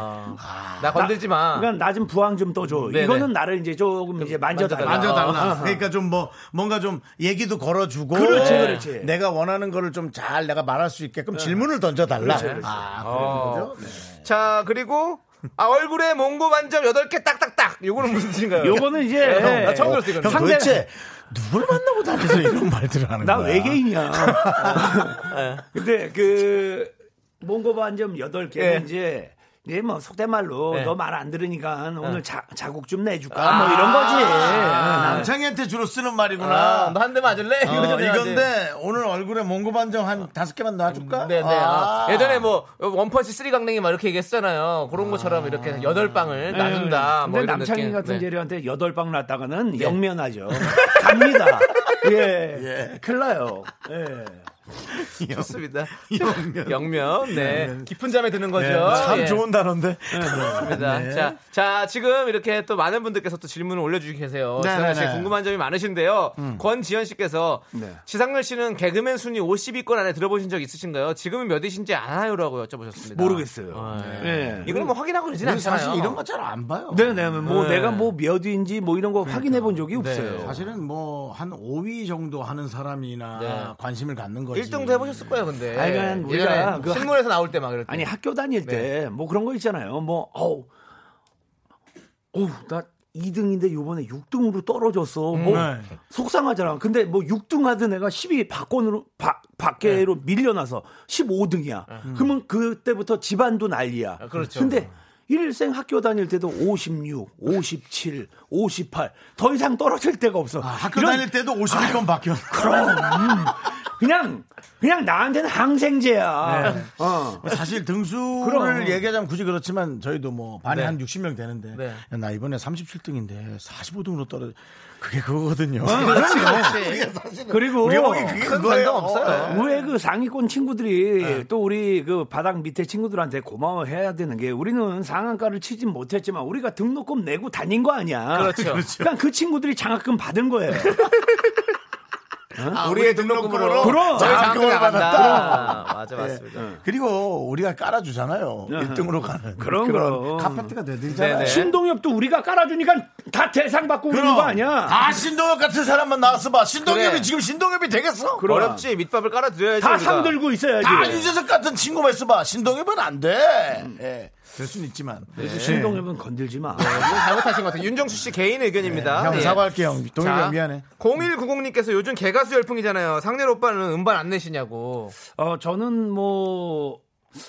나 건들지 마. 음,
그러니까 나 좀 부항 좀 떠줘.
네네.
이거는 나를 이제 조금 이제 만져달라.
만져달라.
아, 아, 아.
그러니까 좀 뭐, 뭔가 좀 얘기도 걸어주고.
그렇지, 그렇지. 네.
내가 원하는 거를 좀 잘 내가 말할 수 있게끔 질문을 던져달라.
아.
아, 그런 거죠? 네.
자, 그리고 아, 얼굴에 몽고 반점 8개 딱딱딱. 요거는 무슨 뜻인가요?
그러니까 요거는 이제 예.
형, 나 처음 들었어
형
이거는.
상대는-
도대체 누굴 만나고 다니면서 이런 말들을 하는
나
아.
거야?
외계인이야. 어.
예.
근데 그 몽고반 점 8개는
예.
이제 이제 뭐 속된 말로
예. 아.
너 말 안 들으니까 오늘 자, 자국 좀 내줄까 뭐 이런 네. 거지.
아, 남창희한테 주로 쓰는 말이구나.
아, 너한대 맞을래?
어, 이건데 오늘 얼굴에 몽고 반점 한 다섯 개만 놔줄까?
음, 네네.
아.
예전에 뭐 원펀치 쓰리 강냉이 막 이렇게 얘기했잖아요. 그런 것처럼 이렇게 여덟 방을 나눈다. 뭐
네. 음. 근데
이런
남창희
느낌.
같은
네. 예.
재료한테 여덟 방 났다가는 영면하죠. 갑니다. 예. 큰일 나요. 예.
좋습니다. 영면. 네. 깊은 잠에 드는 거죠.
참
예.
좋은 단어인데.
좋습니다. 자, 자, 지금 이렇게 또 많은 분들께서 또 질문을 올려주시고 계세요. 지상렬 씨
네, 음. 네.
궁금한 점이 많으신데요. 권지현 씨께서
네.
지상렬 씨는 개그맨 순위 50위권 안에 들어보신 적 있으신가요? 지금은 몇이신지 아나요라고 여쭤보셨습니다.
모르겠어요.
아,
예.
이거는 뭐 확인하고 그러진 않잖아요.
네. 사실 이런 거 잘 안 봐요.
네네. 뭐
네.
내가 뭐 몇 위인지 뭐 이런 거 확인해 본 적이 없어요.
사실은 뭐 한 5위 정도 하는 사람이나
네.
관심을 갖는 거지.
1등도 해보셨을 거예요, 근데.
아니, 그냥 우리가
예전에
그
신문에서 나올 때 막 그랬
아니 학교 다닐 때 뭐 그런 거 있잖아요. 뭐 어우 어우 나 2등인데 요번에 6등으로 떨어졌어. 뭐
네.
속상하잖아. 근데 뭐 6등 하던 애가 10위 밖으로 바, 밖에로 밀려나서 15등이야. 그러면 그때부터 집안도 난리야.
아, 그렇죠.
근데 일생 학교 다닐 때도 56, 57, 58 더 이상 떨어질 데가 없어.
아, 학교
이런
다닐 때도 50위권 바뀌었.
그럼 그냥 그냥 나한테는 항생제야. 어.
사실 등수를
그럼.
얘기하자면 굳이 그렇지만 저희도 뭐 반에 한 60명 되는데
네.
야, 나 이번에 37등인데 45등으로 떨어져. 그게 그거거든요.
그리고
네, 그렇죠.
어,
그거예요. 없어요.
왜 그 상위권 친구들이
네.
또 우리 그 바닥 밑에 친구들한테 고마워해야 되는 게 우리는 상한가를 치진 못했지만 우리가 등록금 내고 다닌 거 아니야.
그렇죠. 그렇죠.
그러니까 그 친구들이 장학금 받은 거예요.
아, 우리의 등록금으로.
그럼. 예.
저희
아,
장학금
그걸
나간다. 맞아, 맞습니다.
예. 그리고 우리가 깔아주잖아요. 1등으로 가는
그런 거.
카파트가 되들잖아요.
네네.
신동엽도 우리가 깔아주니까 다 대상 받고 있는 거 아니야.
아 신동엽 같은 사람만 나왔어 봐. 신동엽이
그래.
지금 신동엽이 되겠어?
그럼.
어렵지. 밑밥을 깔아드려야지.
다
우리가.
상 들고 있어야지.
다 유재석 같은 친구만 있어 봐. 신동엽은 안 돼.
음.
예. 될 수는 있지만.
네.
예.
네.
신동엽은 건들지 마.
예, 이건 잘못하신 것 같아요. 윤정수 씨 개인 의견입니다.
형
네.
예.
사과할게 형. 동엽이 미안해.
0190님께서 요즘 개가수 열풍이잖아요. 상렬 오빠는 음반 안 내시냐고.
어, 저는 뭐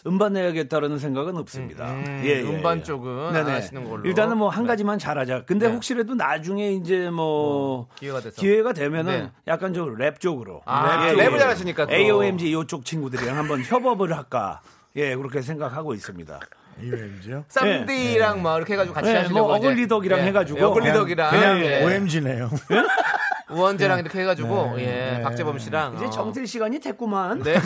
음반 내야겠다라는 생각은 없습니다. 예,
음반 쪽은 안 하시는 걸로.
일단은 뭐 한 가지만 잘하자. 근데
네. 어,
혹시라도 나중에 이제 뭐
기회가 돼서.
되면은
네.
약간 좀 랩 쪽으로 예,
아,
쪽으로.
랩을 잘하시니까 또.
AOMG 요쪽 친구들이랑 한번 협업을 할까. 예, 그렇게 생각하고 있습니다.
이거죠.
쌈디랑 막 이렇게 해가지고 같이
네,
하시려고.
뭐
이제. 예.
어글리덕이랑 해가지고.
어글리덕이랑.
그냥
예.
OMG네요.
우원재랑 이렇게 해가지고. 예. 박재범 씨랑.
이제
어.
정들 시간이 됐구만.
네.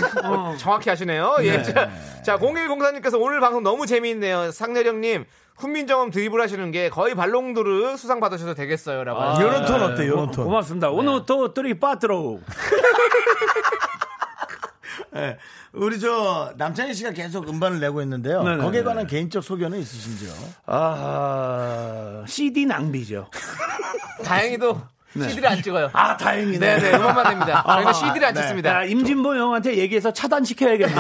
정확히 하시네요. 예. 자, 자, 0104님께서 오늘 방송 너무 재미있네요. 상렬형님, 훈민정음 드립을 하시는 게 거의 발롱도르 수상 받으셔도 되겠어요. 라고. 하셨어요.
이런 톤 어때? 이런 톤.
아, 네.
네.
고맙습니다. 오늘 또 뚜리 빠트로.
예. 우리 저 남창희 씨가 계속 음반을 내고 있는데요.
네네네.
거기에 관한 개인적 소견은 있으신지요?
아, CD 낭비죠.
다행히도 CD를 안 찍어요.
아, 다행이네.
네네, 음악만 됩니다. 저희가
아,
CD를 안 찍습니다.
야, 임진보 형한테 얘기해서 차단시켜야겠네.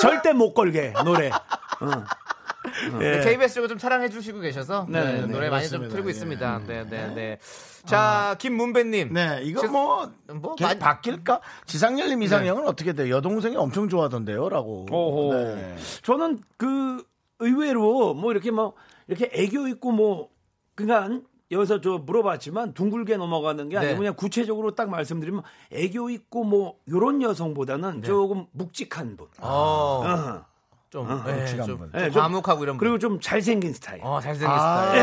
절대 못 걸게, 노래.
네, KBS 쪽을 좀 사랑해 주시고 계셔서 네,
네,
노래 많이 좀
그렇습니다.
틀고
예.
있습니다. 네, 네, 네. 자, 김문배님.
네, 이거
지-
뭐,
뭐
계속
많이-
바뀔까? 지상렬님
네.
이상형은 어떻게 돼요? 여동생이 엄청 좋아하던데요라고.
오호.
네.
저는 그 의외로 뭐 이렇게 뭐 이렇게 애교 있고 뭐 그냥 여기서 저 물어봤지만 둥글게 넘어가는 게 아니고
네.
그냥 구체적으로 딱 말씀드리면 애교 있고 뭐 요런 여성보다는
네.
조금 묵직한 분.
어,
아.
어.
좀, 예,
묵직한
좀,
분.
예,
좀
좀-
과묵하고 이런 분.
그리고 좀 잘생긴 스타일.
어, 잘생긴
예, 예,
스타일.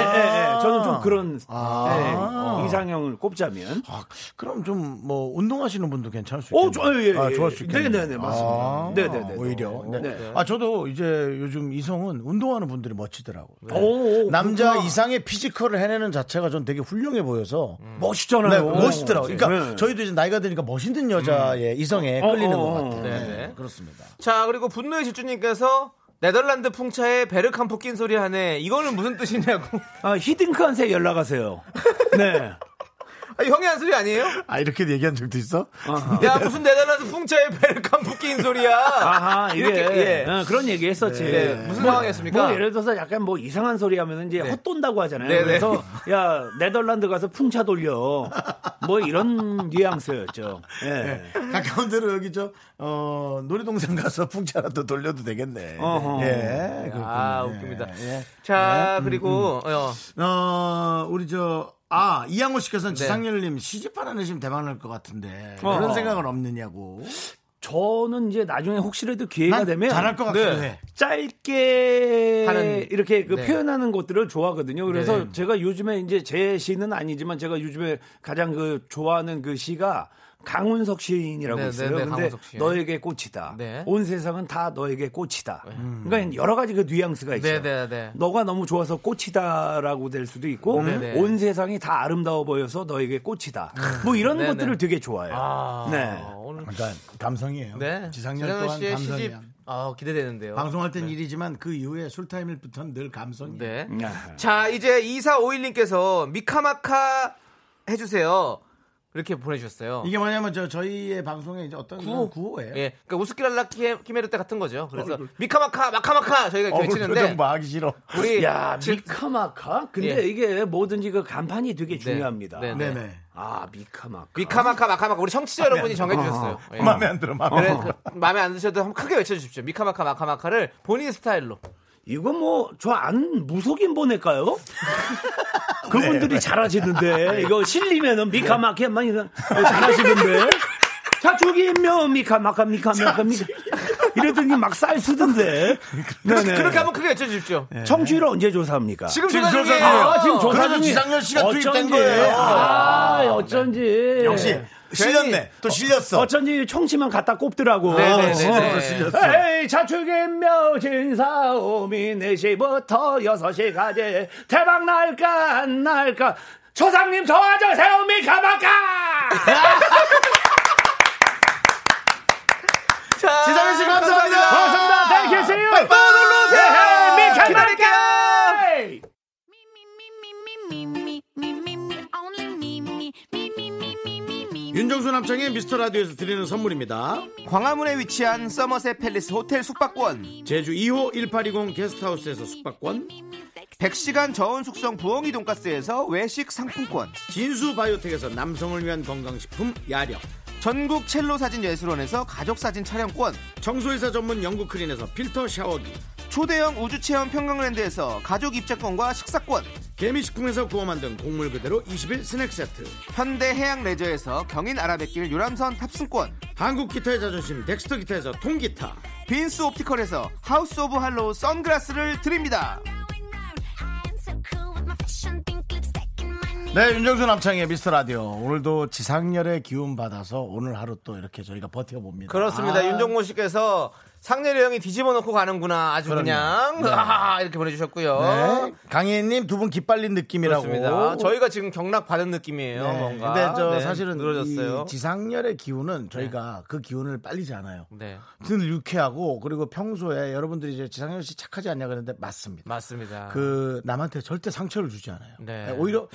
예. 저는 좀 그런
아.
예, 이상형을 꼽자면
아, 그럼 좀 뭐 운동하시는 분도 괜찮을 수 있겠네요.
오, 좋아요. 예, 예,
아,
예.
좋아할 수 있겠네요.
네네네, 맞습니다.
아,
네네네.
오히려. 네.
네.
아, 저도 이제 요즘 이성은 운동하는 분들이 멋지더라고요.
네. 오, 오,
남자
그렇구나.
이상의 피지컬을 해내는 자체가 전 되게 훌륭해 보여서
음. 멋있잖아요.
네, 멋있더라고요. 그러니까
네.
저희도 이제 나이가 드니까 멋있는 여자의 이성에
어,
끌리는
어,
것
어.
같아요.
네,
네,
네.
그렇습니다.
자, 그리고 분노의 질주님께서 네덜란드 풍차에 베르캄프 낀 소리 하네. 이거는 무슨 뜻이냐고.
아, 히딩크한테 연락하세요. 네.
아, 형이 한 소리 아니에요?
아 이렇게 얘기한 적도 있어?
야 무슨 네덜란드 풍차에 베르칸 붙기인 소리야.
아하, 이게
이렇게, 예.
어, 그런 얘기 했었지.
네, 무슨 상황이었습니까?
뭐 예를 들어서 약간 뭐 이상한 소리 하면 이제 헛돈다고 하잖아요.
네, 네.
그래서 야 네덜란드 가서 풍차 돌려 뭐 이런 뉘앙스였죠. 예.
네.
네. 가까운 데로 여기 저 어, 놀이동산 가서 풍차라도 돌려도 되겠네.
어허.
예, 그렇군요.
아, 웃깁니다.
예.
자 그리고 어,
어, 우리 저, 아, 이양호 씨께서는
네.
지상렬님 시집 하나 내시면 대만할 것 같은데.
어.
그런 생각은 없느냐고.
저는 이제 나중에 혹시라도 기회가
난
되면 네.
잘할 것 같기도 해.
짧게
하는-
이렇게 그
네.
표현하는 것들을 좋아하거든요. 그래서
네.
제가 요즘에 이제 제 시는 아니지만 제가 요즘에 가장 그 좋아하는 그 시가 강훈석 시인이라고
네,
있어요.
네, 네,
근데
강훈석 시인.
너에게 꽃이다.
네.
온 세상은 다 너에게 꽃이다. 그러니까 여러 가지 그 뉘앙스가 있어요.
네, 네, 네.
너가 너무 좋아서 꽃이다라고 될 수도 있고
네, 네.
온 세상이 다 아름다워 보여서 너에게 꽃이다. 뭐 이런
네, 네.
것들을 되게 좋아해요.
아,
네.
오늘
그러니까 감성이에요.
네
지상렬
지상렬
또한
씨의
감성이야.
시집 아 기대되는데요.
방송할 땐 일이지만 그 이후에 술타임일부터는 늘 감성이에요.
네.
아.
자, 이제 2451님께서 미카마카 해주세요. 이렇게 보내주셨어요.
이게 뭐냐면 저, 저희의 방송에 이제 어떤
구호.
구호예요.
예. 그러니까 우스키랄라 키에- 키메르 때 같은 거죠. 그래서 미카마카, 마카마카 저희가
얼굴
그 외치는데
표정 봐 하기 싫어.
우리
야
지-
미카마카 근데
예.
이게 뭐든지 그 간판이 되게 중요합니다.
네, 네.
네네.
아 미카마카.
미카마카, 마카마카 우리 청취자 여러분이 정해주셨어요. 예.
네. 마음에 안 들어, 마음에
그래,
안 들어.
그- 마음에 안 드셔도 한번 크게 외쳐주십시오. 미카마카, 마카마카를 본인 스타일로.
이거 뭐 저 안 무속인 보낼까요?
네.
그분들이 잘하시는데 이거 실리면은 미카마카만 이런 어, 잘하시는데. 자 저기며 미카마카 미카마카 미카 이러더니 막 쌀 쓰던데. 네네.
그렇게 한번 크게 외쳐주십시오.
네. 청취율 언제 조사합니까?
예. 지금
지금
조사 중이에요.
조사 중이에요.
아, 지금 조사
그래서
중에
지상렬 씨가 투입된
어쩐지.
거예요.
아, 어쩐지.
역시 실렸네. 또 네. 실렸어.
어쩐지 청취만 갖다 꼽더라고.
네네네.
실렸어,
네.
실렸어.
에이 자축인묘 진사오미 4시부터 6시까지 대박 날까 안 날까 조상님 도와주세요 미카마카
자,
지상렬 씨 감사합니다.
고맙습니다 땡큐 씨유
빠이빠이.
네.
네. 예.
미카마카
윤정수 남창의 미스터 라디오에서 드리는 선물입니다.
네. 광화문에 위치한 서머셋 팰리스 호텔 숙박권,
제주 2호 1820 게스트하우스에서 숙박권,
100시간 저온 숙성 부엉이 돈가스에서 외식 상품권,
진수 바이오텍에서 남성을 위한 건강식품 야력,
전국 첼로 사진 예술원에서 가족 사진 촬영권,
청소회사 전문 영국 크린에서 필터 샤워기,
초대형 우주 체험 평강랜드에서 가족 입장권과 식사권,
개미식품에서 구워 만든 곡물 그대로 20일 스낵 세트,
현대 해양 레저에서 경인 아라뱃길 유람선 탑승권,
한국 기타의 자존심 덱스터 기타에서 통기타,
빈스 옵티컬에서 하우스 오브 할로우 선글라스를 드립니다.
네, 윤정수 남창의 미스터 라디오. 오늘도 지상렬의 기운 받아서 오늘 하루 또 이렇게 저희가 버텨봅니다.
그렇습니다.
아,
윤종모 씨께서 상렬이 형이 뒤집어 놓고 가는구나. 아주 그냥 아하, 이렇게 보내주셨고요.
네. 강희님 두 분 기빨린 느낌이라고.
그렇습니다. 저희가 지금 경락 받은 느낌이에요.
네,
뭔가.
근데 저
네,
사실은
늘어졌어요.
이 지상렬의 기운은 저희가 그 기운을 빨리지 않아요.
네,
늘 유쾌하고 그리고 평소에 여러분들이 이제 지상렬 씨 착하지 않냐 그러는데 맞습니다.
맞습니다.
그 남한테 절대 상처를 주지 않아요.
네.
네, 오히려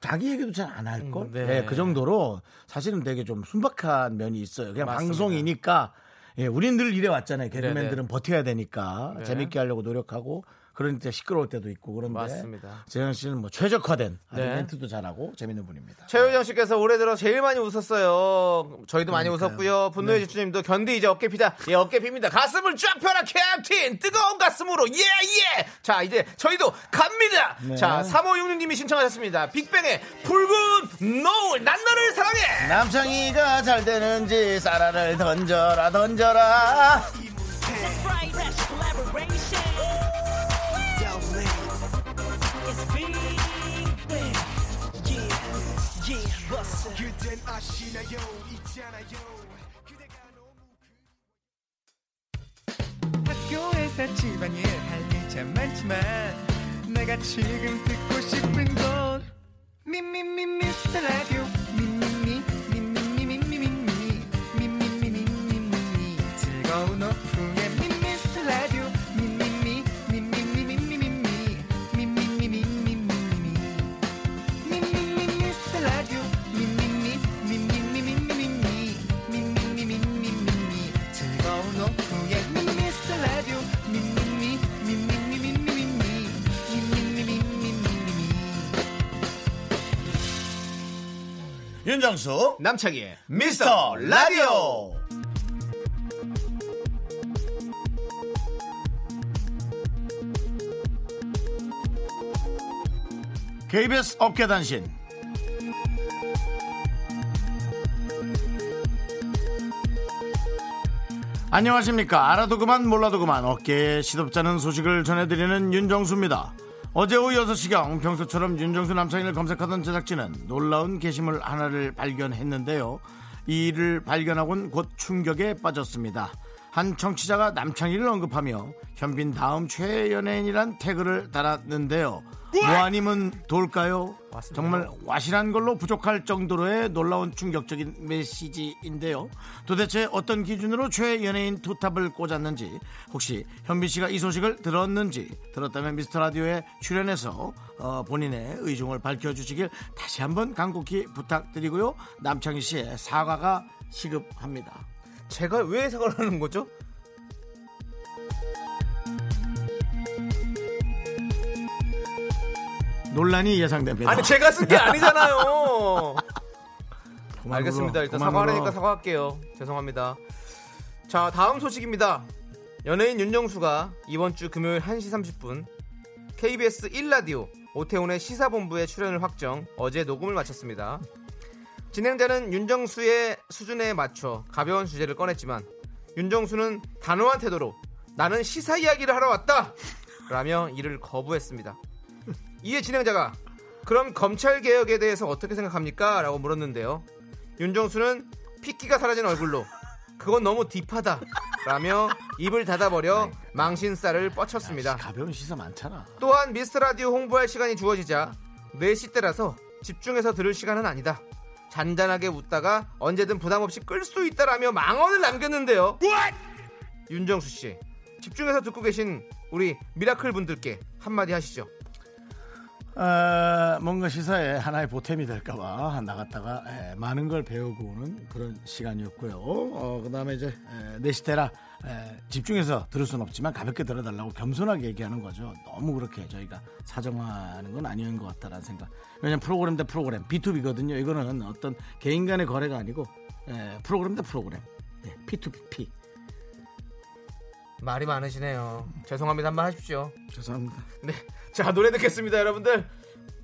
자기 얘기도 잘 안 할 걸.
음, 네.
네, 그 정도로 사실은 되게 좀 순박한 면이 있어요. 그냥 방송이니까 예, 우린 늘 이래 왔잖아요.
네,
개그맨들은 버텨야 되니까 재밌게 하려고 노력하고 그러니까 시끄러울 때도 있고 그런데
맞습니다.
재현 씨는 뭐 최적화된 아주
네.
멘트도 잘하고 재밌는 분입니다.
최효정 씨께서 올해 들어 제일 많이 웃었어요. 저희도 많이 웃었고요. 네. 분노의 질주님도 견디 이제 어깨 피자. 예, 어깨 핍니다. 가슴을 쫙 펴라 캡틴. 뜨거운 가슴으로 예 예. 자 이제 저희도 갑니다.
네.
자 3566님이 신청하셨습니다. 빅뱅의 붉은 노을 난 너를 사랑해.
남창이가 잘 되는지 사라를 던져라 던져라.
학교에서 집안일 할 일 참 많지만 내가 지금 듣고 싶은 건 미미미 미스터 라디오 미미미 미미미 미미미 미미미 미미미 즐거운 오후에 미스터 라디오 미미미 미미미 미미미 미미미 미미미 미미미 미미미 미스터 라디오 미
윤정수
남창희의
미스터 라디오
KBS 업계단신 안녕하십니까 알아도 그만 몰라도 그만 어깨에 시덥잖은 소식을 전해드리는 윤정수입니다 어제 오후 6시경 평소처럼 윤정수 남창인을 검색하던 제작진은 놀라운 게시물 하나를 발견했는데요 이 일을 발견하곤 곧 충격에 빠졌습니다 한 청취자가 남창희를 언급하며 현빈 다음 최연예인이란 태그를 달았는데요 뭐아님은 돌까요? 정말 와실한 걸로 부족할 정도로의 놀라운 충격적인 메시지인데요. 도대체 어떤 기준으로 최연예인 투탑을 꽂았는지 혹시 현빈 씨가 이 소식을 들었는지 들었다면 미스터 라디오에 출연해서 어, 본인의 의중을 밝혀주시길 다시 한번 간곡히 부탁드리고요. 남창희 씨의 사과가 시급합니다.
제가 왜 사과를 하는 거죠?
논란이 예상됩니다.
아니 제가 쓴 게 아니잖아요.
그만
알겠습니다.
울어,
일단
그만
사과하니까
울어.
사과할게요. 죄송합니다. 자, 다음 소식입니다. 연예인 윤정수가 이번 주 금요일 1시 30분 KBS 1라디오 오태훈의 시사본부에 출연을 확정, 어제 녹음을 마쳤습니다. 진행자는 윤정수의 수준에 맞춰 가벼운 주제를 꺼냈지만 윤정수는 단호한 태도로 나는 시사 이야기를 하러 왔다! 라며 이를 거부했습니다. 이에 진행자가 그럼 검찰 개혁에 대해서 어떻게 생각합니까? 라고 물었는데요. 윤정수는 핏기가 사라진 얼굴로 그건 너무 딥하다 라며 입을 닫아버려 망신살을 뻗쳤습니다.
가벼운 시사 많잖아.
또한 미스터 라디오 홍보할 시간이 주어지자 4시 때라서 집중해서 들을 시간은 아니다. 잔잔하게 웃다가 언제든 부담 없이 끌 수 있다라며 망언을 남겼는데요. 윤정수 씨, 집중해서 듣고 계신 우리 미라클 분들께 한마디 하시죠.
어, 뭔가 시사에 하나의 보탬이 될까봐 나갔다가 예, 많은 걸 배우고 오는 그런 시간이었고요. 어, 그다음에 이제 에, 네시테라 에, 집중해서 들을 수는 없지만 가볍게 들어달라고 겸손하게 얘기하는 거죠. 너무 그렇게 저희가 사정하는 건 아닌 것 같다라는 생각. 왜냐면 프로그램 대 프로그램 B2B거든요. 이거는 어떤 개인 간의 거래가 아니고 에, 프로그램 대 프로그램 예, P2P.
말이 많으시네요. 죄송합니다. 한 번 하십시오.
죄송합니다.
네. 자, 노래 듣겠습니다, 여러분들.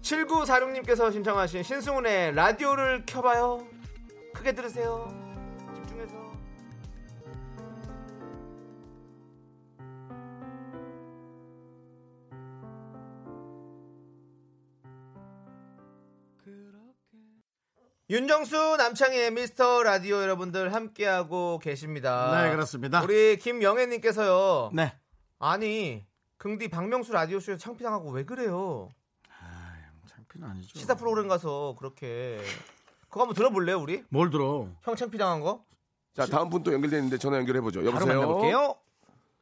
7946님께서 신청하신 신승훈의 라디오를 켜봐요. 크게 들으세요. 집중해서. 윤정수 남창희의 미스터 라디오 여러분들 함께하고 계십니다.
네, 그렇습니다.
우리 김영애님께서요.
네.
아니 긍디 박명수 라디오 쇼에서 창피당하고 왜 그래요?
창피는 아니죠.
시사 프로그램 가서 그렇게 그거 한번 들어볼래요 우리?
뭘 들어?
형 창피당한 거?
자 다음 분 또 연결돼 있는데 전화 연결해 보죠.
바로
여보세요.
만나볼게요.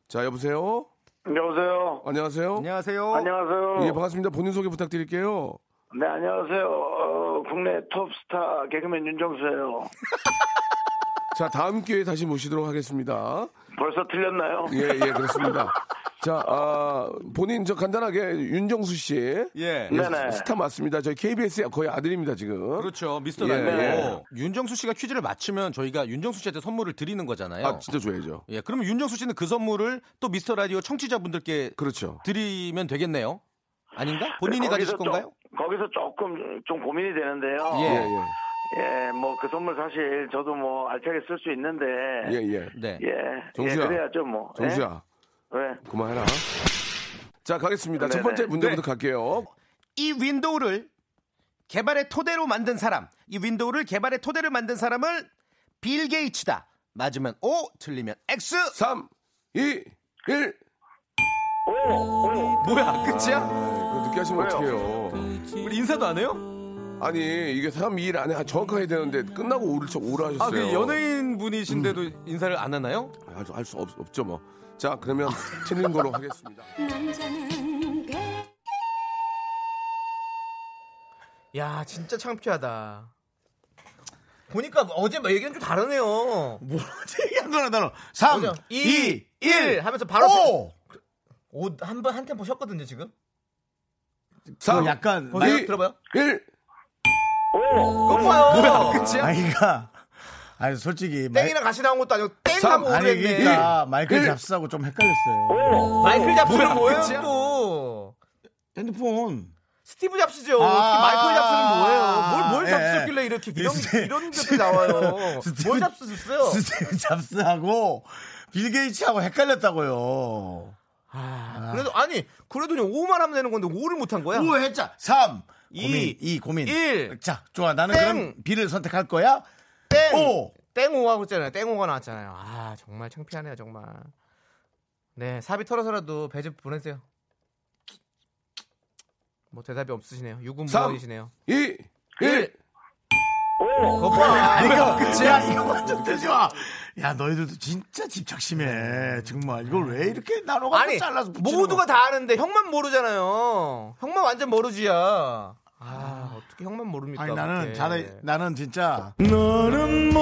자 여보세요.
여보세요.
안녕하세요.
안녕하세요.
안녕하세요.
예 반갑습니다. 본인 소개 부탁드릴게요.
네, 안녕하세요. 어, 국내 톱스타 개그맨 윤정수예요.
자 다음 기회에 다시 모시도록 하겠습니다.
벌써 틀렸나요?
예, 예, 그렇습니다. 자, 아, 본인 저 간단하게 윤정수 씨.
예
예,
네네.
스타 맞습니다. 저희 KBS의 거의 아들입니다, 지금.
그렇죠 미스터
예,
라디오
예.
윤정수 씨가 퀴즈를 맞추면 저희가 윤정수 씨한테 선물을 드리는 거잖아요
아, 진짜 줘야죠.
예 그러면 윤정수 씨는 그 선물을 또 미스터 라디오 청취자분들께
그렇죠.
드리면 되겠네요 아닌가 본인이
거기서
가지실
좀-
건가요?
거기서 조금 좀 고민이 되는데요.
어.
예,
예.
예.
예, 뭐 그 선물 사실 저도 뭐 알차게 쓸 수 있는데.
예, 예.
네.
예,
정수야.
예, 그래야죠 뭐. 예?
정수야,
왜?
그만해라. 자, 가겠습니다. 첫
네네.
번째 문제부터 갈게요.
이 윈도우를 개발의 토대로 만든 사람, 이 윈도우를 개발의 토대를 만든 사람을 빌 게이츠다. 맞으면 O, 틀리면 X.
3, 2, 1.
뭐?
뭐야, 끝이야?
이거 늦게 하시면 어떡해요.
우리 인사도 안 해요?
아니, 이게 3, 2, 1 안에 정확하게 되는데 끝나고 오를 척 오라 하셨어요.
아, 그 연예인 분이신데도 인사를 안 하나요?
아, 할수 없죠, 뭐. 자, 그러면 틀린 거로 하겠습니다.
남자는 배
야 진짜 창피하다. 보니까 어제 막 얘기는 좀 다르네요.
뭘 얘기한 거나 달라. 3,
어제
2,
2, 1 하면서 바로
오!
한번한 템포 쉬었거든요 지금.
그거
3,
약간
보세요
이-
들어봐요.
1.
그거 뭐야? 뭐야, 그치야?
아니, 그러니까. 아니, 솔직히. 말-
땡이랑 같이 나온 것도 아니고 땡가
참,
뭐
아니,
오래했네.
그러니까
예.
마이클 잡스하고 좀 헷갈렸어요.
마이클 잡스는 뭐예요?
그치야?
또
핸드폰.
스티브 잡스죠.
아,
특히 마이클 잡스는 뭐예요? 뭘 뭘
예.
잡수길래 이렇게 이런
스티-
이런 것들이 나와요.
스티브-
뭘 잡수셨어요?
스티브 잡스하고 빌 게이츠하고 헷갈렸다고요.
그래도 아니 그래도 그냥 5만 하면 되는 건데 5를 못 한 거야?
오 했자. 3.
이,
어. 고민. 2 고민.
일.
자, 좋아. 나는
땡.
그럼 B를 선택할 거야.
땡.
오.
땡오가 했잖아요. 땡오가 나왔잖아요. 아 정말 창피하네요 정말. 네 사비 털어서라도 배즙 보내세요. 뭐 대답이 없으시네요. 유군무원이시네요.
2, 1.
어, 뭐,
거봐.
아, 이거 야, 이거 완전 되지 마. 야, 너희들도 진짜 집착심해. 정말 이걸 왜 이렇게 나눠가지고
아니
잘라서 붙이는
모두가
거야?
다 아는데 형만 모르잖아요. 형만 완전 모르지야. 아 어떻게 형만 모릅니까?
아니 나는
그렇게.
잘 나는 진짜
너는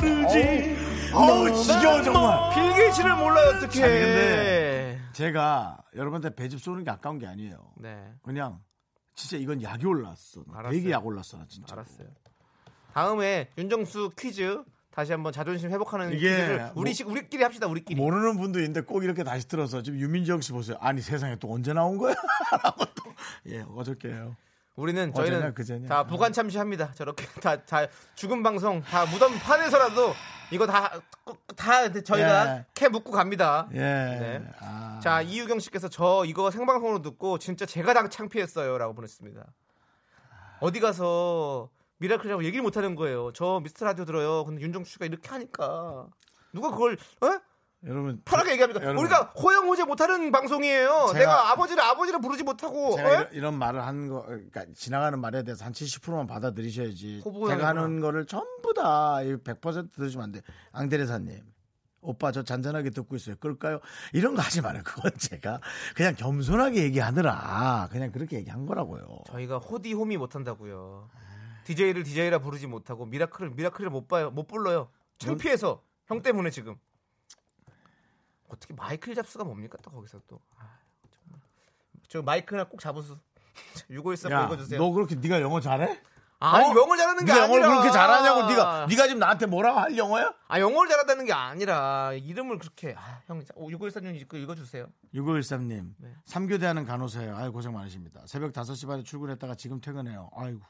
모르지
어우 지겨워 정말.
빌 게이츠를 몰라요 어떻게?
자, 근데 제가 여러분한테 배즙 쏘는 게 아까운 게 아니에요.
네
그냥 진짜 이건 약이 올랐어. 나
알았어요.
되게 약 올랐어 나 진짜.
알았어요. 다음에 윤정수 퀴즈 다시 한번 자존심 회복하는
이게
퀴즈를
뭐-
우리 식 우리끼리 합시다 우리끼리.
모르는 분도 있는데 꼭 이렇게 다시 들어서 지금 유민정 씨 보세요. 아니 세상에 또 언제 나온 거야? 라고 또. 예 어저께요.
우리는
어제냐,
저희는
그제냐.
다 부관 참시합니다. 저렇게 다, 다 죽은 방송 다 무덤 판에서라도 이거 다 다 저희가
예.
캐 묻고 갑니다.
예.
네.
아.
자 이유경 씨께서 저 이거 생방송으로 듣고 진짜 제가 당 창피했어요라고 보냈습니다. 어디 가서 미라클이라고 얘기를 못 하는 거예요. 저 미스터 라디오 들어요. 근데 윤정수 씨가 이렇게 하니까 누가 그걸 어?
여러분
편하게 얘기합니까?
여러분.
우리가 호영 호재 못하는 방송이에요.
제가-
내가 아버지를 아버지를 부르지 못하고
제가
어?
이런, 이런 말을 하는 거, 그러니까 지나가는 말에 대해서 한 70%만 받아들이셔야지.
호불호
제가 하는
하는구나.
거를 전부 다 100% 들으시면 안 돼. 앙데레사님. 오빠 저 잔잔하게 듣고 있어요. 끌까요? 이런 거 하지 말아요. 그건 제가 그냥 겸손하게 얘기하느라 그냥 그렇게 얘기한 거라고요.
저희가 호디 호미 못한다고요. DJ를 DJ라 부르지 못하고 미라클을 미라클을 못 봐요. 못 불러요. 창피해서 형 때문에 지금 어떻게 마이클 잡스가 뭡니까 또 거기서 또. 아, 정말. 저 마이크나 꼭 잡으수. 유고일사
야,
읽어주세요.
너 그렇게 네가 영어 잘해?
아니
어?
영어를 잘하는 게
네가
아니라.
영어를 그렇게 잘하냐고 네가 네가 지금 나한테 뭐라고 할 영어야?
아 영어를 잘한다는 게 아니라 이름을 그렇게 아, 형 유고일사님 읽고 읽어주세요.
6513님.
네.
삼교대하는 간호사예요. 아유, 고생 많으십니다. 새벽 5시 반에 출근했다가 지금 퇴근해요. 아이고.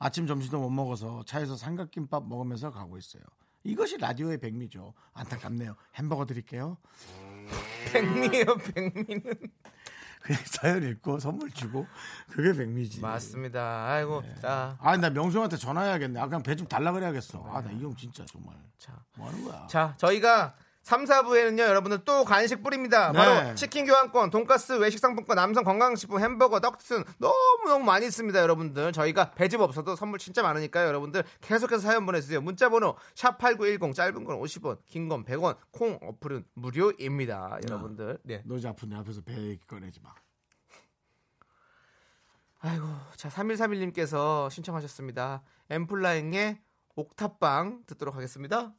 아침 점심도 못 먹어서 차에서 삼각김밥 먹으면서 가고 있어요. 이것이 라디오의 백미죠. 안타깝네요. 햄버거 드릴게요.
백미예요 백미는.
그냥 사연 읽고 선물 주고 그게 백미지.
맞습니다. 아이고 자.
아, 나 명수한테 전화해야겠네. 아, 그냥 배 좀 달라 그래야겠어. 아, 나 이 형 진짜 정말.
네. 자.
뭐 하는 거야?
자, 저희가 3, 4부에는요, 여러분들 또 간식 뿌립니다.
네.
바로 치킨 교환권, 돈가스 외식 상품권, 남성 건강식품, 햄버거, 떡순 너무너무 많이 있습니다, 여러분들. 저희가 배집 없어도 선물 진짜 많으니까요, 여러분들 계속해서 사연 보내주세요. 문자번호 샵8910, 짧은 건 50원, 긴 건 100원, 콩 어플은 무료입니다, 여러분들. 네.
너 이제 아픈데 앞에서 배 얘기 꺼내지 마.
아이고, 자, 3131님께서 신청하셨습니다. 엠플라잉의 옥탑방 듣도록 하겠습니다.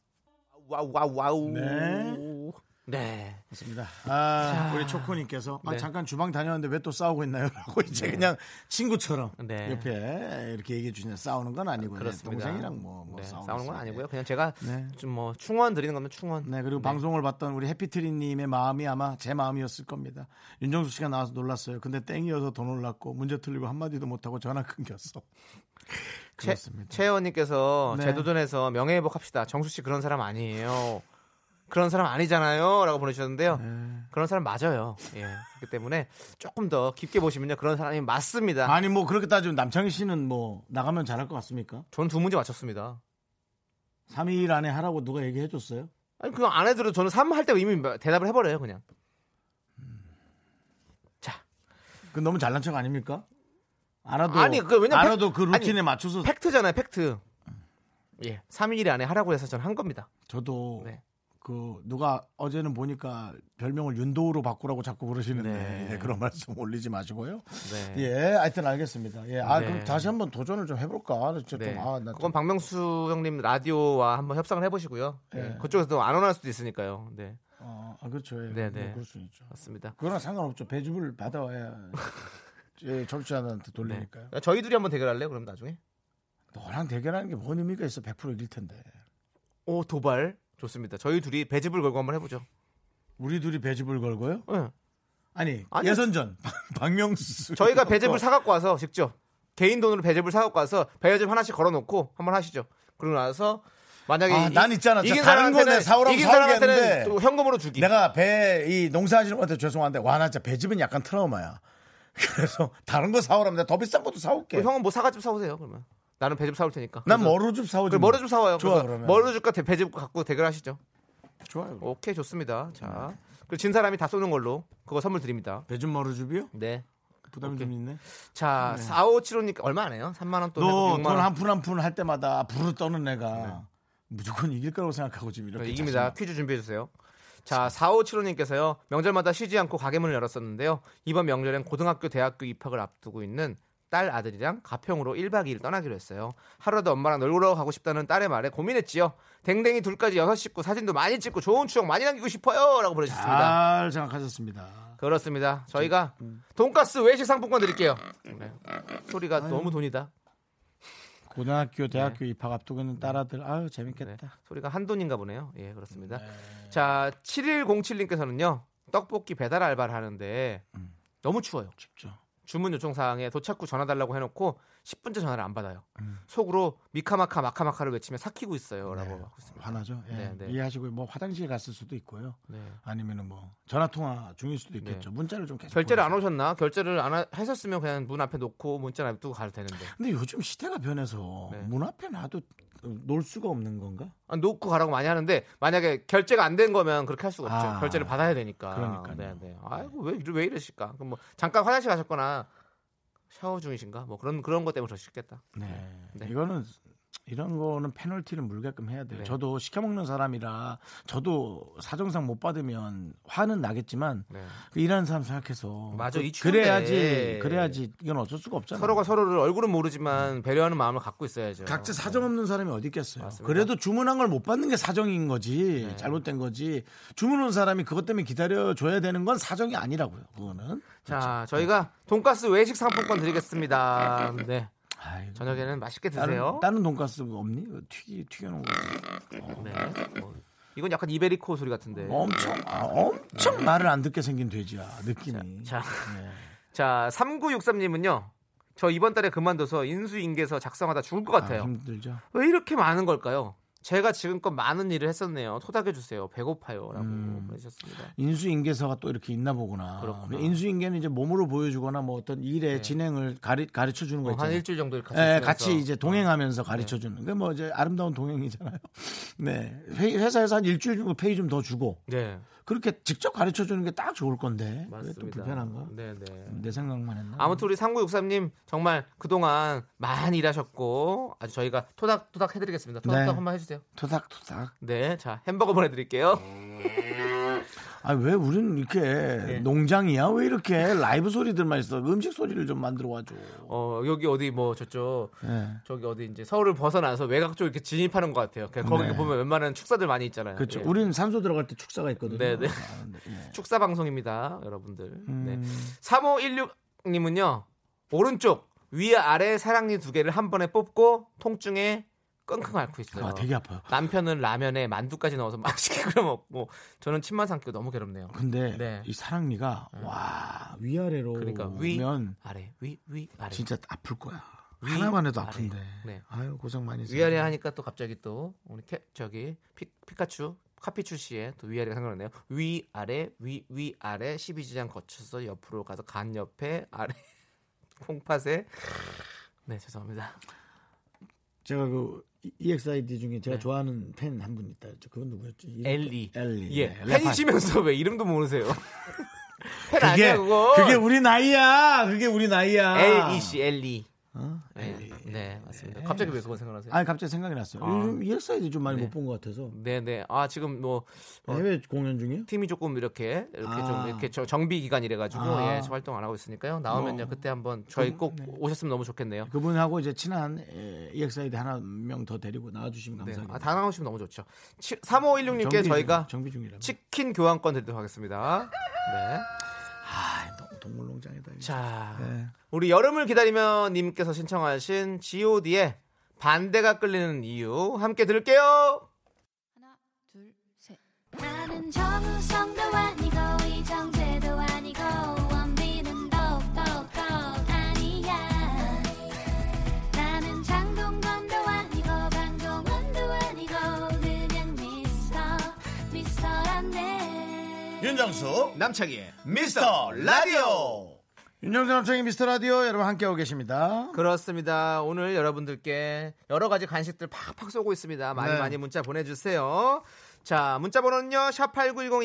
와우, 와우, 와우.
네.
네.
맞습니다. 아, 우리 초코님께서 아,
네.
잠깐 주방 다녀왔는데 왜 또 싸우고 있나요?라고 이제 그냥 친구처럼
네.
옆에 이렇게 얘기해 주시는 싸우는 건 아니고요. 네,
그렇습니다.
동생이랑 뭐, 뭐
네,
싸우는,
싸우는 건
거지.
아니고요. 그냥 제가
네.
좀 뭐 충원 드리는 겁니다. 충원.
네 그리고 방송을 봤던 우리 해피트리님의 마음이 아마 제 마음이었을 겁니다. 윤정수 씨가 나와서 놀랐어요. 근데 땡이어서 더 놀랐고 문제 틀리고 한 마디도 못 하고 전화 끊겼어.
최,
그렇습니다.
최혜원님께서
네.
제도전에서 명예회복합시다. 정수 씨 그런 사람 아니에요. 그런 사람 아니잖아요.라고 보내주셨는데요.
네.
그런 사람 맞아요. 예. 그렇기 때문에 조금 더 깊게 보시면요, 그런 사람이 맞습니다.
아니 뭐 그렇게 따지면 남창희 씨는 뭐 나가면 잘할 것 같습니까?
저는 두 문제 맞췄습니다.
3일 안에 하라고 누가 얘기해 줬어요?
아니 그거 안 해도 저는 3 할 때 이미 대답을 해버려요, 그냥. 자,
그 너무 잘난 척 아닙니까? 알아도
아니, 그 왜냐면
알아도
팩-
그 루틴에
아니,
맞춰서
팩트잖아요, 팩트.
음.
예, 3일 안에 하라고 해서 저는 한 겁니다.
저도
네.
그 누가 어제는 보니까 별명을 윤도우로 바꾸라고 자꾸 그러시는데
네.
예, 그런 말씀 올리지 마시고요.
네.
예, 하여튼 알겠습니다. 예, 아
네.
그럼 다시 한번 도전을 좀 해볼까? 진짜
네.
좀, 아, 나
그건
좀-
박명수 형님 라디오와 한번 협상을 해보시고요. 네.
예.
그쪽에서도 안 원할 수도 있으니까요. 네,
어, 아, 그렇죠. 예.
네,
뭐
네.
그럴 수 있죠.
맞습니다.
그거랑 상관없죠. 배즙을 받아와야 예, 절취자한테
네.
돌리니까요.
저희 둘이 한번 대결할래요? 그럼 나중에
너랑 대결하는 게 뭔 의미가 있어? 100% 이길 텐데.
오 도발 좋습니다. 저희 둘이 배집을 걸고 한번 해보죠.
우리 둘이 배집을 걸고요?
응.
아니,
아니요.
예선전 박명수 그러니까.
저희가 배즙을 사갖고 와서 직접 개인 돈으로 배즙을 사갖고 와서 배즙 하나씩 걸어놓고 한번 하시죠. 그러고 나서 만약에
아,
이-
난 있잖아.
이긴
진짜 다른
사람한테는
거는 사오라고
이긴
사오게
사람한테는
했는데
또 현금으로 주기.
내가 배 이 농사하시는 분한테 죄송한데 와 나 진짜 배집은 약간 트라우마야. 그래서 다른 거 사오라면 내가 더 비싼 것도 사올게.
그럼 형은 뭐 사가집 사오세요 그러면. 나는 배즙 사올 테니까.
난 머루즙 사오지.
그래,
뭐.
머루즙 사와요.
좋아
그래서
그러면.
머루즙과 대- 배즙 갖고 대결하시죠.
좋아요.
오케이 좋습니다. 자, 그진 사람이 다 쏘는 걸로 그거 선물 드립니다.
배즙 머루즙이요?
네.
부담이 좀 있네.
자, 4575니까 얼마 안 해요? 3만 원 돈,
너
6만
돈
원. 네.
한 푼 한 푼 할 때마다 부르 떠는 애가 무조건 이길 거라고 생각하고 지금 이렇게
이깁니다. 퀴즈 준비해 주세요. 자, 4575님께서요. 명절마다 쉬지 않고 가게문을 열었었는데요. 이번 명절엔 고등학교, 대학교 입학을 앞두고 있는 딸 아들이랑 가평으로 1박 2일 떠나기로 했어요. 하루라도 엄마랑 놀러 가고 싶다는 딸의 말에 고민했지요. 댕댕이 둘까지 여섯 찍고 사진도 많이 찍고 좋은 추억 많이 남기고 싶어요라고 보내주셨습니다.
잘 생각하셨습니다.
그렇습니다. 저희가
음.
돈가스 외식 상품권 드릴게요. 네. 소리가 너무 돈이다. 네.
고등학교, 대학교 입학 앞두고 있는 딸아들 아유 재밌겠다.
소리가 한돈인가 보네요. 예, 그렇습니다. 자, 7107님께서는요. 떡볶이 배달 알바를 하는데 너무 추워요.
춥죠.
주문 요청 사항에 도착 후 전화 달라고 해 놓고 10분째 전화를 안 받아요. 속으로 미카마카 마카마카를 외치며 삭히고 있어요라고 하고 있습니다.
화나죠. 예.
네, 네.
이해하시고 뭐 화장실 갔을 수도 있고요.
네.
아니면은 뭐 전화 통화 중일 수도 있겠죠. 문자를 좀 계속.
결제를 안
보내세요.
오셨나? 결제를 안 하- 하셨으면 그냥 문 앞에 놓고 문자 놔두고 가도 되는데.
근데 요즘 시대가 변해서
네.
문 앞에 놔도 놀 수가 없는 건가?
아, 놓고 가라고 많이 하는데 만약에 결제가 안 된 거면 그렇게 할 수가 없죠.
아,
결제를 받아야 되니까.
그러니까요.
네, 네. 아이고 왜, 이러- 왜 이러실까? 그럼 뭐 잠깐 화장실 가셨거나 샤워 중이신가? 뭐 그런 그런 것 때문에 그러시겠다.
네.
네.
이거는 이런 거는 페널티를 물게끔 해야 돼요.
네.
저도 시켜 먹는 사람이라 저도 사정상 못 받으면 화는 나겠지만
네.
그 일하는 사람 생각해서 그
맞아, 이 추운데.
그래야지 그래야지 이건 어쩔 수가 없잖아요.
서로가 서로를 얼굴은 모르지만 배려하는 마음을 갖고
음.
있어야죠.
각자 사정 없는 사람이 어디 있겠어요.
맞습니다. 네.
그래도 주문한 걸 못 받는 게 사정인 거지 잘못된 거지 주문 온 사람이 그것 때문에 기다려 줘야 되는 건 사정이 아니라고요. 그거는 그렇죠.
자, 저희가
음.
돈가스 외식 상품권 드리겠습니다. 네.
아이고,
저녁에는 맛있게
다른
드세요.
다른 돈가스 없니? 튀 튀겨놓은 거
네. 뭐, 이건 약간 이베리코 소리 같은데.
엄청 아, 엄청 말을 안 듣게 생긴 돼지야 느낌이.
네. 자,
네.
자, 3963님은요. 저 이번 달에 그만둬서 인수인계서 작성하다 죽을 것 같아요.
아, 힘들죠.
왜 이렇게 많은 걸까요? 제가 지금껏 많은 일을 했었네요. 토닥여 주세요. 배고파요라고
음.
보내셨습니다.
인수인계서가 또 이렇게 있나 보구나.
그렇구나.
인수인계는 이제 몸으로 보여주거나 뭐 어떤 일의 진행을 가리, 가르쳐 주는 거
네.
뭐
어, 뭐 한
있잖아요.
일주일 정도 같이
예,
있으면서. 어, 네.
같이 이제 동행하면서 가르쳐 주는. 그게 뭐 이제 아름다운 동행이잖아요. 네. 회, 회사에서 한 일주일 정도 페이 좀 더 주고
네
그렇게 직접 가르쳐 주는 게 딱 좋을 건데. 그게
맞습니다.
또 불편한가? 음.
네 네.
내 생각만 했나?
아무튼 우리 3963님 정말 그동안 많이 일하셨고 아주 저희가 토닥토닥 해드리겠습니다. 토닥토닥
네.
한번 해주세요.
토닥토닥.
네, 자 햄버거 보내드릴게요.
아, 왜 우리는 이렇게
예.
농장이야? 왜 이렇게 라이브 소리들만 있어? 음식 소리를 좀 만들어 와줘.
어 여기 어디 뭐 저쪽
네.
저기 어디 이제 서울을 벗어나서 외곽 쪽 이렇게 진입하는 것 같아요. 그냥 거기
네.
보면 웬만한 축사들 많이 있잖아요.
그렇죠.
예.
우리는 산소 들어갈 때 축사가 있거든요.
네, 네.
아, 네. 예.
축사 방송입니다, 여러분들. 네.
음.
3516님은요 오른쪽 위 아래 사랑니 두 개를 한 번에 뽑고 통증에 끙끙 앓고 있어요.
아, 되게 아파요.
남편은 라면에 만두까지 넣어서 맛있게 끓여 먹고 뭐, 저는 침만 삼키고 너무 괴롭네요.
근데
네.
이 사랑니가 와 위아래로
그러니까 위
오면
아래 위 위 아래
진짜 아플 거야.
위,
하나만 해도
아래.
아픈데.
네.
아유 고생 많이 했어요.
위아래 하니까 또 갑자기 또 우리 캐, 저기 피, 피카츄 카피추 씨의 또 위아래가 생각나네요. 위 아래 위 위 아래 12지장 거쳐서 옆으로 가서 간 옆에 아래 콩팥에 네 죄송합니다.
제가 그 EXID 중에 제가
네.
좋아하는 팬 한 분 있다. 저 그건 누구였지? 이름-
엘리.
엘리.
예.
네, 레파.
팬이시면서 왜 이름도 모르세요? 팬 아.
그게
아니야 그거.
그게 우리 나이야. 그게 우리 나이야.
엘이 씨 엘리.
어?
네, 네 맞습니다. 갑자기 왜 그거 생각나세요?
아니 갑자기 생각이 났어요.
아.
요즘 EXID 좀 많이
네.
못 본 것 같아서
네네. 아 지금 뭐 어.
해외 공연 중이에요?
팀이 조금 이렇게 이렇게
아.
좀 이렇게 저- 정비 기간이래 가지고
아. 뭐. 네.
예, 저 활동 안 하고 있으니까요. 나오면요 그때 한번 저희 꼭 오셨으면 너무 좋겠네요.
예, 그분하고 이제 친한 에, EXID 하나 명 더 데리고 나와주시면
네.
감사하겠습니다.
아, 다 나오시면 너무 좋죠. 3516님께
정비
저희가
중- 정비 중이라고.
치킨 교환권 드리도록 하겠습니다. 네.
아, 너무 동물농장이다. 이거.
자,
네.
우리 여름을 기다리며 님께서 신청하신 G.O.D의 의 반대가 끌리는 이유 함께 들을게요.
나는 정우성도 아니고 이정재도 아니고 원빈은 더욱더 아니야 나는 장동건도 아니고 방종원도 아니고 그냥 미스터 미스터란데
윤정수 어? 남창희의 미스터 라디오
윤정수 남창의 미스터 라디오 여러분 함께하고 계십니다.
그렇습니다. 오늘 여러분들께 여러 가지 간식들 팍팍 쏘고 있습니다. 많이
네.
많이 문자 보내주세요. 자, 문자 번호는요,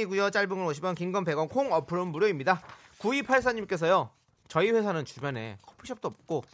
샵8910이고요. 짧은 건 50원, 긴 건 100원, 콩 어플은 무료입니다. 9284님께서요, 저희 회사는 주변에 커피숍도 없고,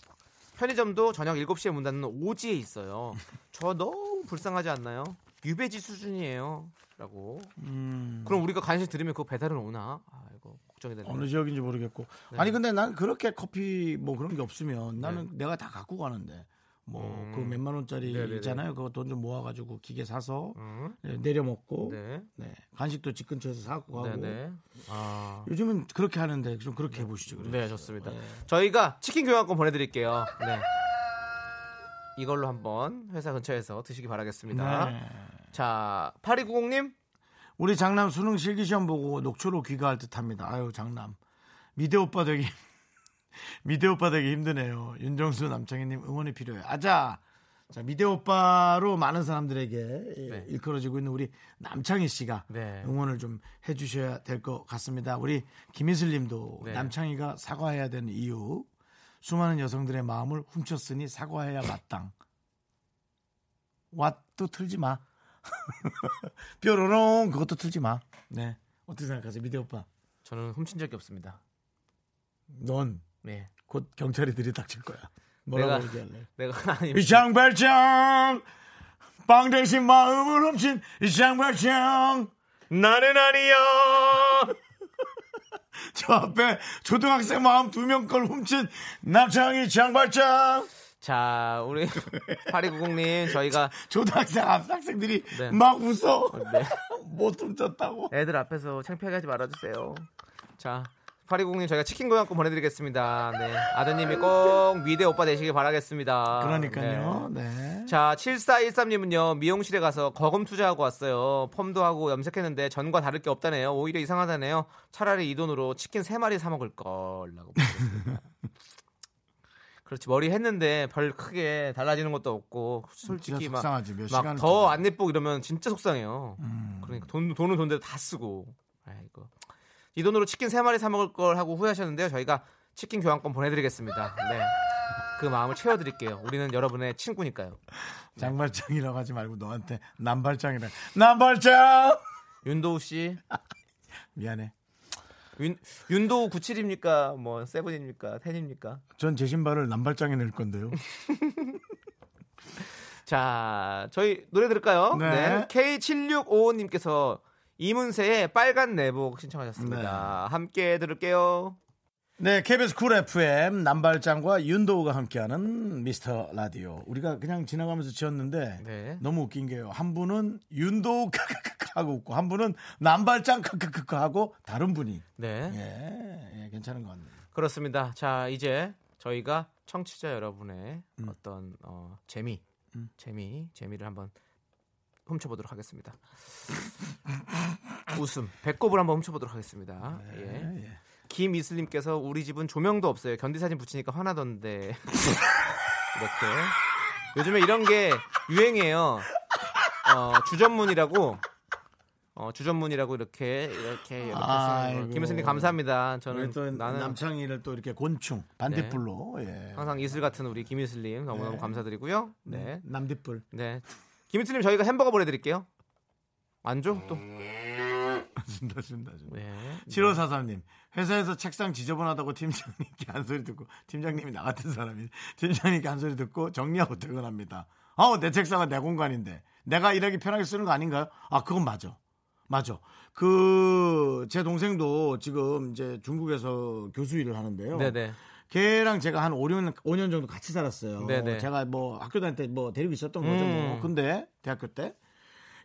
편의점도 저녁 7시에 문 닫는 오지에 있어요. 저 너무 불쌍하지 않나요? 유배지 수준이에요. 라고.
음.
그럼 우리가 간식 드리면 그거 배달은 오나? 아이고, 걱정이 되네요.
어느 지역인지 모르겠고.
네.
아니 근데 난 그렇게 커피 뭐 그런 게 없으면 나는 내가 다 갖고 가는데 뭐 그 몇만 원짜리
네네네.
있잖아요. 그거 돈 좀 모아가지고 기계 사서
음.
네, 내려 먹고
네.
네, 간식도 집 근처에서 사갖고 가고.
네네. 아.
요즘은 그렇게 하는데 좀 그렇게 해보시죠. 그래요.
네, 좋습니다. 저희가 치킨 교환권 보내드릴게요. 네. 이걸로 한번 회사 근처에서 드시기 바라겠습니다.
네.
자, 8290님.
우리 장남 수능 실기시험 보고 녹초로 귀가할 듯합니다. 아유 장남 미대 오빠 되기 미대 오빠 되기 힘드네요. 윤정수 남창희님 응원이 필요해요. 아자 자 미대 오빠로 많은 사람들에게 예, 일컬어지고 있는 우리 남창희 씨가
네.
응원을 좀 해주셔야 될 것 같습니다. 우리 김희슬님도
네.
남창희가 사과해야 되는 이유 수많은 여성들의 마음을 훔쳤으니 사과해야 마땅. 왓도 틀지 마. 뾰로롱 그것도 틀지 마. 네. 어떻게 생각하세요, 미대 오빠?
저는 훔친 적이 없습니다.
넌 곧
네.
경찰이 들이닥칠 거야. 뭐라고
내가-
얘기할래?
내가 아니
이 장발장 빵 대신 마음을 훔친 이 장발장
나는 아니야.
저 앞에 초등학생 마음 두 명 걸 훔친 남창희 장발장
자, 우리 8290님 저희가
초등학생 앞 학생들이
네.
막 웃어
네.
못 훔쳤다고
애들 앞에서 창피하게 하지 말아주세요. 자, 8290님 저희가 치킨 교환권 보내드리겠습니다. 네. 아드님이 꼭 미대 오빠 되시길 바라겠습니다.
그러니까요
네.
네.
자, 7413님은요, 미용실에 가서 거금 투자하고 왔어요. 펌도 하고 염색했는데 전과 다를 게 없다네요. 오히려 이상하다네요. 차라리 이 돈으로 치킨 3마리 사먹을 걸. 라고 보내주셨습니다. 그렇지, 머리 했는데 별 크게 달라지는 것도 없고, 솔직히
진짜 속상하지, 몇 시간을 음.
막더 안 예쁘고 이러면 진짜 속상해요. 그러니까 돈, 돈은 돈대로 다 쓰고. 아이고. 이 돈으로 치킨 3마리 사먹을 걸 하고 후회하셨는데요. 저희가 치킨 교환권 보내드리겠습니다. 네. 그 마음을 채워드릴게요. 우리는 여러분의 친구니까요.
장발장이라고 하지 말고 너한테 남발장이라 남발장
윤도우 씨,
미안해
윤, 윤도우 97입니까? 뭐 세븐입니까? 텐입니까?
전 제 신발을 남발장에 넣을 건데요
자, 저희 노래 들을까요?
네.
K7655님께서 이문세의 빨간 내복 신청하셨습니다. 함께 들을게요.
네, KBS 쿨 FM 남발장과 윤도우가 함께하는 미스터 라디오. 우리가 그냥 지나가면서 지었는데
네.
너무 웃긴 게요. 한 분은 윤도우 크크크크 하고 웃고 한 분은 남발장 크크크크 하고 다른 분이
네.
예, 예, 괜찮은 것 같네요.
그렇습니다. 자, 이제 저희가 청취자 여러분의 어떤 어, 재미, 재미, 재미를 한번 훔쳐보도록 하겠습니다. 웃음, 배꼽을 한번 훔쳐보도록 하겠습니다. 예. 김이슬님께서 우리 집은 조명도 없어요. 견디 사진 붙이니까 화나던데 이렇게 요즘에 이런 게 유행이에요. 어, 주전문이라고. 어, 주전문이라고 이렇게 이렇게 이렇게 쓰는
아이고.
거. 김이슬님 감사합니다. 저는
저는 또
나는
남창희를 또 이렇게 곤충 반딧불로 예.
항상 이슬 같은 우리 김유슬님 너무너무 감사드리고요. 네.
남딧불
네. 김유슬님 저희가 햄버거 보내드릴게요. 안 줘? 또.
준다 준다 준다.
네.
음. 7543님 회사에서 책상 지저분하다고 팀장님께 한 소리 듣고 팀장님이 나 같은 사람이 팀장님께 한 소리 듣고 정리하고 퇴근합니다. 아우 내 책상은 내 공간인데 내가 일하기 편하게 쓰는 거 아닌가요? 아 그건 맞아. 맞아. 그 제 동생도 지금 이제 중국에서 교수 일을 하는데요.
네네.
걔랑 제가 한 5년, 5년 정도 같이 살았어요.
네네.
제가 뭐 학교 다닐 때 뭐 데리고 있었던 거죠. 뭐.
음.
근데 대학교 때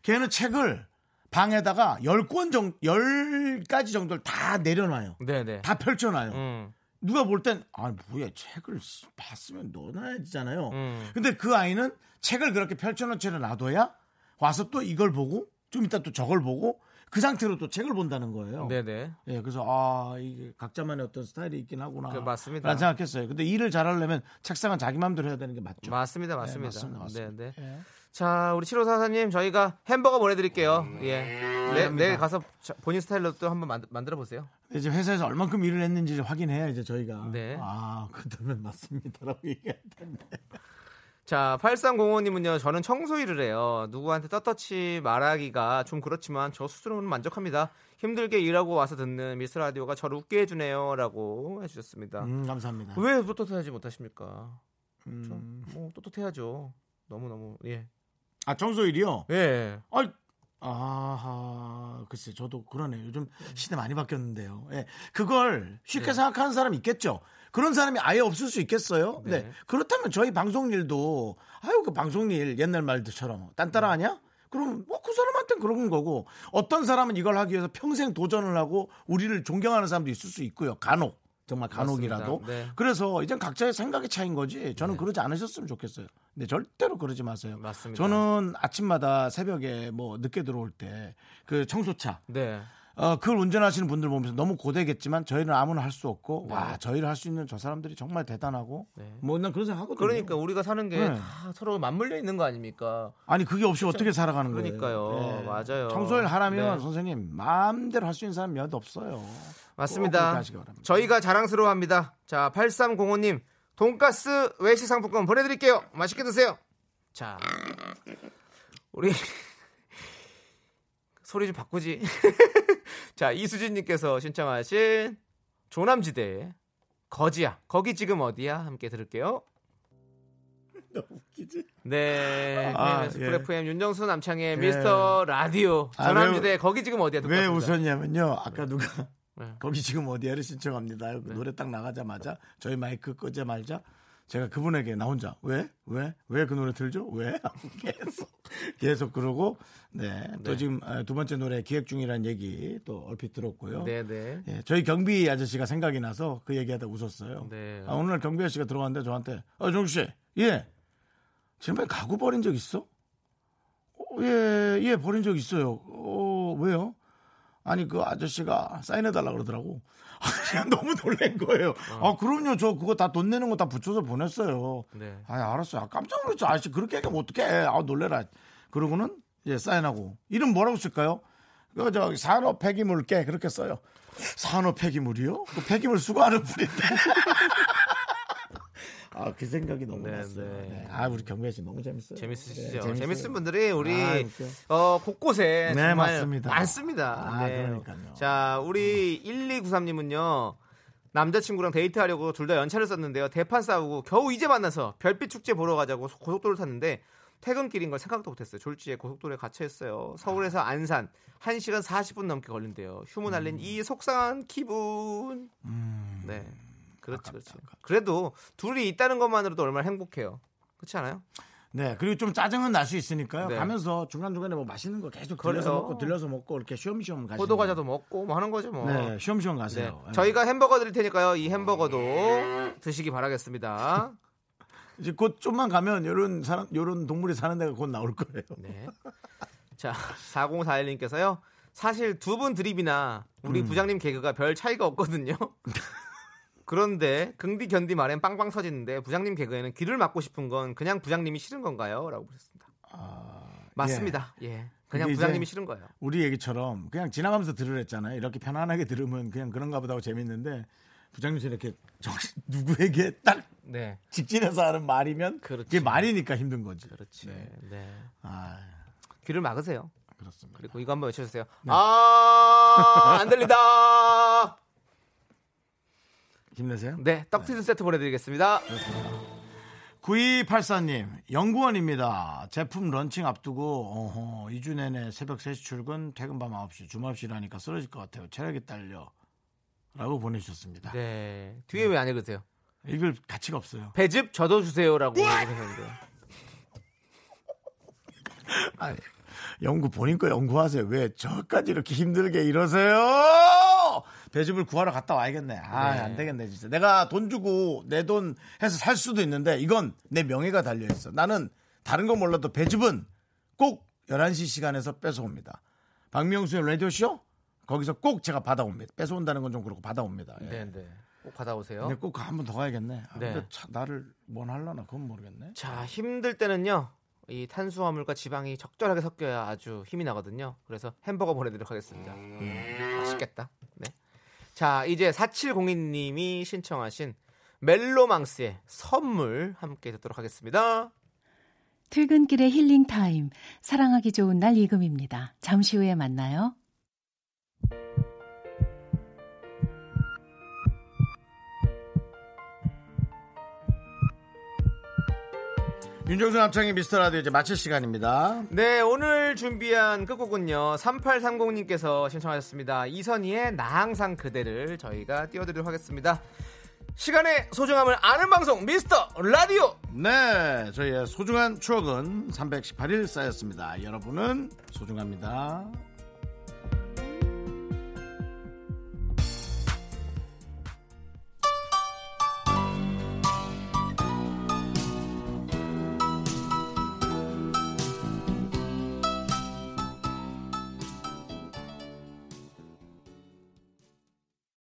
걔는 책을 방에다가 10권 정도, 10가지 정도를 다 내려놔요.
네네.
다 펼쳐놔요.
음.
누가 볼 땐 아 뭐야 책을 쓰- 봤으면 넣어놔야지잖아요.
음.
근데 그 아이는 책을 그렇게 펼쳐놓지는 놔둬야 와서 또 이걸 보고 좀 이따 또 저걸 보고 그 상태로 또 책을 본다는 거예요.
네네.
예, 그래서 아 이게 각자만의 어떤 스타일이 있긴 하구나.
그, 맞습니다.
라는 생각했어요. 근데 일을 잘하려면 책상은 자기 마음대로 해야 되는 게 맞죠.
맞습니다, 맞습니다.
네, 맞습니다, 맞습니다.
네, 네.
예.
자, 우리 7호 사사님 저희가 햄버거 보내드릴게요. 예. 내, 내일 가서 자- 본인 스타일로 또 한번 만, 만들어 보세요.
근데 이제 회사에서 얼만큼 일을 했는지를 확인해야 이제 저희가
네.
아 그다음에 맞습니다라고 얘기할 텐데.
자, 8305님은요, 저는 청소 일을 해요. 누구한테 떳떳이 말하기가 좀 그렇지만 저 스스로는 만족합니다. 힘들게 일하고 와서 듣는 미스 라디오가 저를 웃게 해주네요. 라고 해주셨습니다.
음, 감사합니다.
왜 떳떳하지 못하십니까?
음.
뭐, 떳떳해야죠. 너무너무, 예.
아 청소일이요?
예.
아이, 아하, 글쎄, 저도 그러네. 요즘 요 시대 많이 바뀌었는데요. 예, 그걸 쉽게 생각하는 사람 있겠죠. 그런 사람이 아예 없을 수 있겠어요. 네.
네.
그렇다면 저희 방송일도 아유 그 방송일 옛날 말들처럼 딴따라하냐? 그럼 뭐 그 사람한테는 그런 거고 어떤 사람은 이걸 하기 위해서 평생 도전을 하고 우리를 존경하는 사람도 있을 수 있고요. 간혹 정말 간혹이라도
맞습니다. 네.
그래서 이젠 각자의 생각의 차이인 거지 저는 그러지 않으셨으면 좋겠어요. 근데 절대로 그러지 마세요.
맞습니다.
저는 아침마다 새벽에 뭐 늦게 들어올 때 그 청소차
네.
어, 그걸 운전하시는 분들 보면서 너무 고되겠지만 저희는 아무나 할 수 없고 와 저희를 할 수 있는 저 사람들이 정말 대단하고
네.
뭐 난 그런 생각하거든요.
그러니까 우리가 사는 게 다
네.
서로 맞물려 있는 거 아닙니까?
아니 그게 없이 어떻게 살아가는
그러니까요.
거예요. 예. 네.
맞아요.
청소를 하라면
네.
선생님 마음대로 할 수 있는 사람 몇 없어요. 꼭 그렇게
맞습니다.
하시기 바랍니다.
저희가 자랑스러워합니다. 자, 8305님 돈가스 외식 상품권 보내드릴게요. 맛있게 드세요. 자, 우리 소리 좀 바꾸지. 자, 이수진님께서 신청하신 조남지대의 거지야. 거기 지금 어디야? 함께 들을게요. 네,
아,
KBS
예.
프 FM 윤정수 남창의 미스터 라디오
아,
조남지대 거기 지금 어디야? 듣고
왜
왔습니다.
웃었냐면요. 아까 누가
네.
거기 지금 어디야를 신청합니다. 그 노래 딱 나가자마자 저희 마이크 끄자 말자. 제가 그분에게 나 혼자 왜? 왜? 왜 그 노래 들죠? 왜? 하고 계속 계속 그러고 네 또
네.
지금 아, 두 번째 노래 기획 중이라는 얘기 또 얼핏 들었고요.
네, 네.
예, 저희 경비 아저씨가 생각이 나서 그 얘기하다 웃었어요.
네.
아, 오늘 경비 아저씨가 들어왔는데 저한테 아 정수 씨, 예 지난번에 가구 버린 적 있어? 어, 예, 예 버린 적 있어요. 어 왜요? 아니 그 아저씨가 사인해달라 그러더라고. 아, 그냥 너무 놀란 거예요. 아 그럼요, 저 그거 다 돈 내는 거 다 붙여서 보냈어요.
네.
아 알았어요. 아, 깜짝 놀랐죠. 아저씨 그렇게 얘기하면 어떡해. 아 놀래라. 그러고는 예 사인하고 이름 뭐라고 쓸까요? 그저 산업 폐기물 깨 그렇게 써요. 산업 폐기물이요? 그 폐기물 수거하는 분인데. 아 그 생각이 너무
네,
났어요.
네.
네. 아 우리 경배 씨 너무 재밌어요.
재밌으시죠?
네, 재밌어요.
재밌는 분들이 우리
아, 웃겨.
어, 곳곳에
네,
정말
맞습니다.
많습니다. 네.
아, 그러니까요.
자, 우리 1293님은요. 남자친구랑 데이트하려고 둘 다 연차를 썼는데요. 대판 싸우고 겨우 이제 만나서 별빛 축제 보러 가자고 소- 고속도로를 탔는데 퇴근길인 걸 생각도 못했어요. 졸지에 고속도로에 갇혀 있어요. 서울에서
아.
안산 1시간 40분 넘게 걸린대요. 휴무
음.
날린 이 속상한 기분. 네. 그렇지, 그렇지. 그래도 둘이 있다는 것만으로도 얼마나 행복해요. 그렇지 않아요?
네, 그리고 좀 짜증은 날 수 있으니까요.
네.
가면서 중간중간에 뭐 맛있는 거 계속
그래요.
들려서 먹고 들려서 먹고 이렇게 쉬엄쉬엄 가시는
포도 과자도 먹고 뭐 하는 거죠 뭐.
네, 쉬엄쉬엄
네.
가세요. 예.
저희가 햄버거 드릴 테니까요. 이 햄버거도 드시기 바라겠습니다.
이제 곧 좀만 가면 요런 사람 요런 동물이 사는 데가 곧 나올 거예요.
네. 자, 4041님께서요. 사실 두 분 드립이나 우리
음.
부장님 개그가 별 차이가 없거든요. 그런데 긍디 견디 말엔 빵빵 터지는데 부장님 개그에는 귀를 막고 싶은 건 그냥 부장님이 싫은 건가요? 라고 보셨습니다. 맞습니다. 예.
아,
그냥
근데 이제-
부장님이 싫은 거예요.
우리 얘기처럼 그냥 지나가면서 들으랬잖아요. 이렇게 편안하게 들으면 그냥 그런가 보다 하고 재밌는데 부장님이 이렇게 정신- 누구에게 딱
네.
직진해서 하는 말이면
그렇지.
게 말이니까 힘든 거지.
그렇지.
네.
네.
아,
귀를 막으세요.
그렇습니다.
그리고 이거 한번 외쳐주세요. 아, 안 들린다.
힘내세요.
네, 떡튀순 세트 보내드리겠습니다.
9284님, 연구원입니다. 제품 런칭 앞두고, 어허, 2주 내내 새벽 3시 출근, 퇴근 밤 9시, 주말 쉬라니까 쓰러질 것 같아요. 체력이 딸려. 라고 보내주셨습니다.
네, 뒤에 왜 안 읽으세요?
읽을 가치가 없어요.
배즙 저도 주세요라고 하셨는데.
연구, 본인 거 연구하세요. 왜 저까지 이렇게 힘들게 이러세요? 배즙을 구하러 갔다 와야겠네. 아, 안 되겠네, 진짜. 내가 돈 주고 내 돈 해서 살 수도 있는데 이건 내 명예가 달려있어. 나는 다른 건 몰라도 배즙은 꼭 11시 시간에서 뺏어옵니다. 박명수의 라디오쇼? 거기서 꼭 제가 받아옵니다. 뺏어온다는 건 좀 그렇고 받아옵니다. 예.
네, 네. 꼭 받아오세요.
근데 꼭 한 번 더 가야겠네. 아,
네.
근데 차- 나를 뭔 하려나 그건 모르겠네.
자, 힘들 때는요. 이 탄수화물과 지방이 적절하게 섞여야 아주 힘이 나거든요. 그래서 햄버거 보내드리도록 하겠습니다. 음, 맛있겠다. 네. 자, 이제 4702님이 신청하신 멜로망스의 선물 함께 듣도록 하겠습니다.
퇴근길의 힐링 타임. 사랑하기 좋은 날 이금입니다. 잠시 후에 만나요.
윤정수 남창의 미스터 라디오 이제 마칠 시간입니다.
네, 오늘 준비한 끝곡은요. 3830님께서 신청하셨습니다. 이선희의 나 항상 그대를 저희가 띄워드리도록 하겠습니다. 시간의 소중함을 아는 방송 미스터 라디오
네, 저희의 소중한 추억은 318일 쌓였습니다. 여러분은 소중합니다.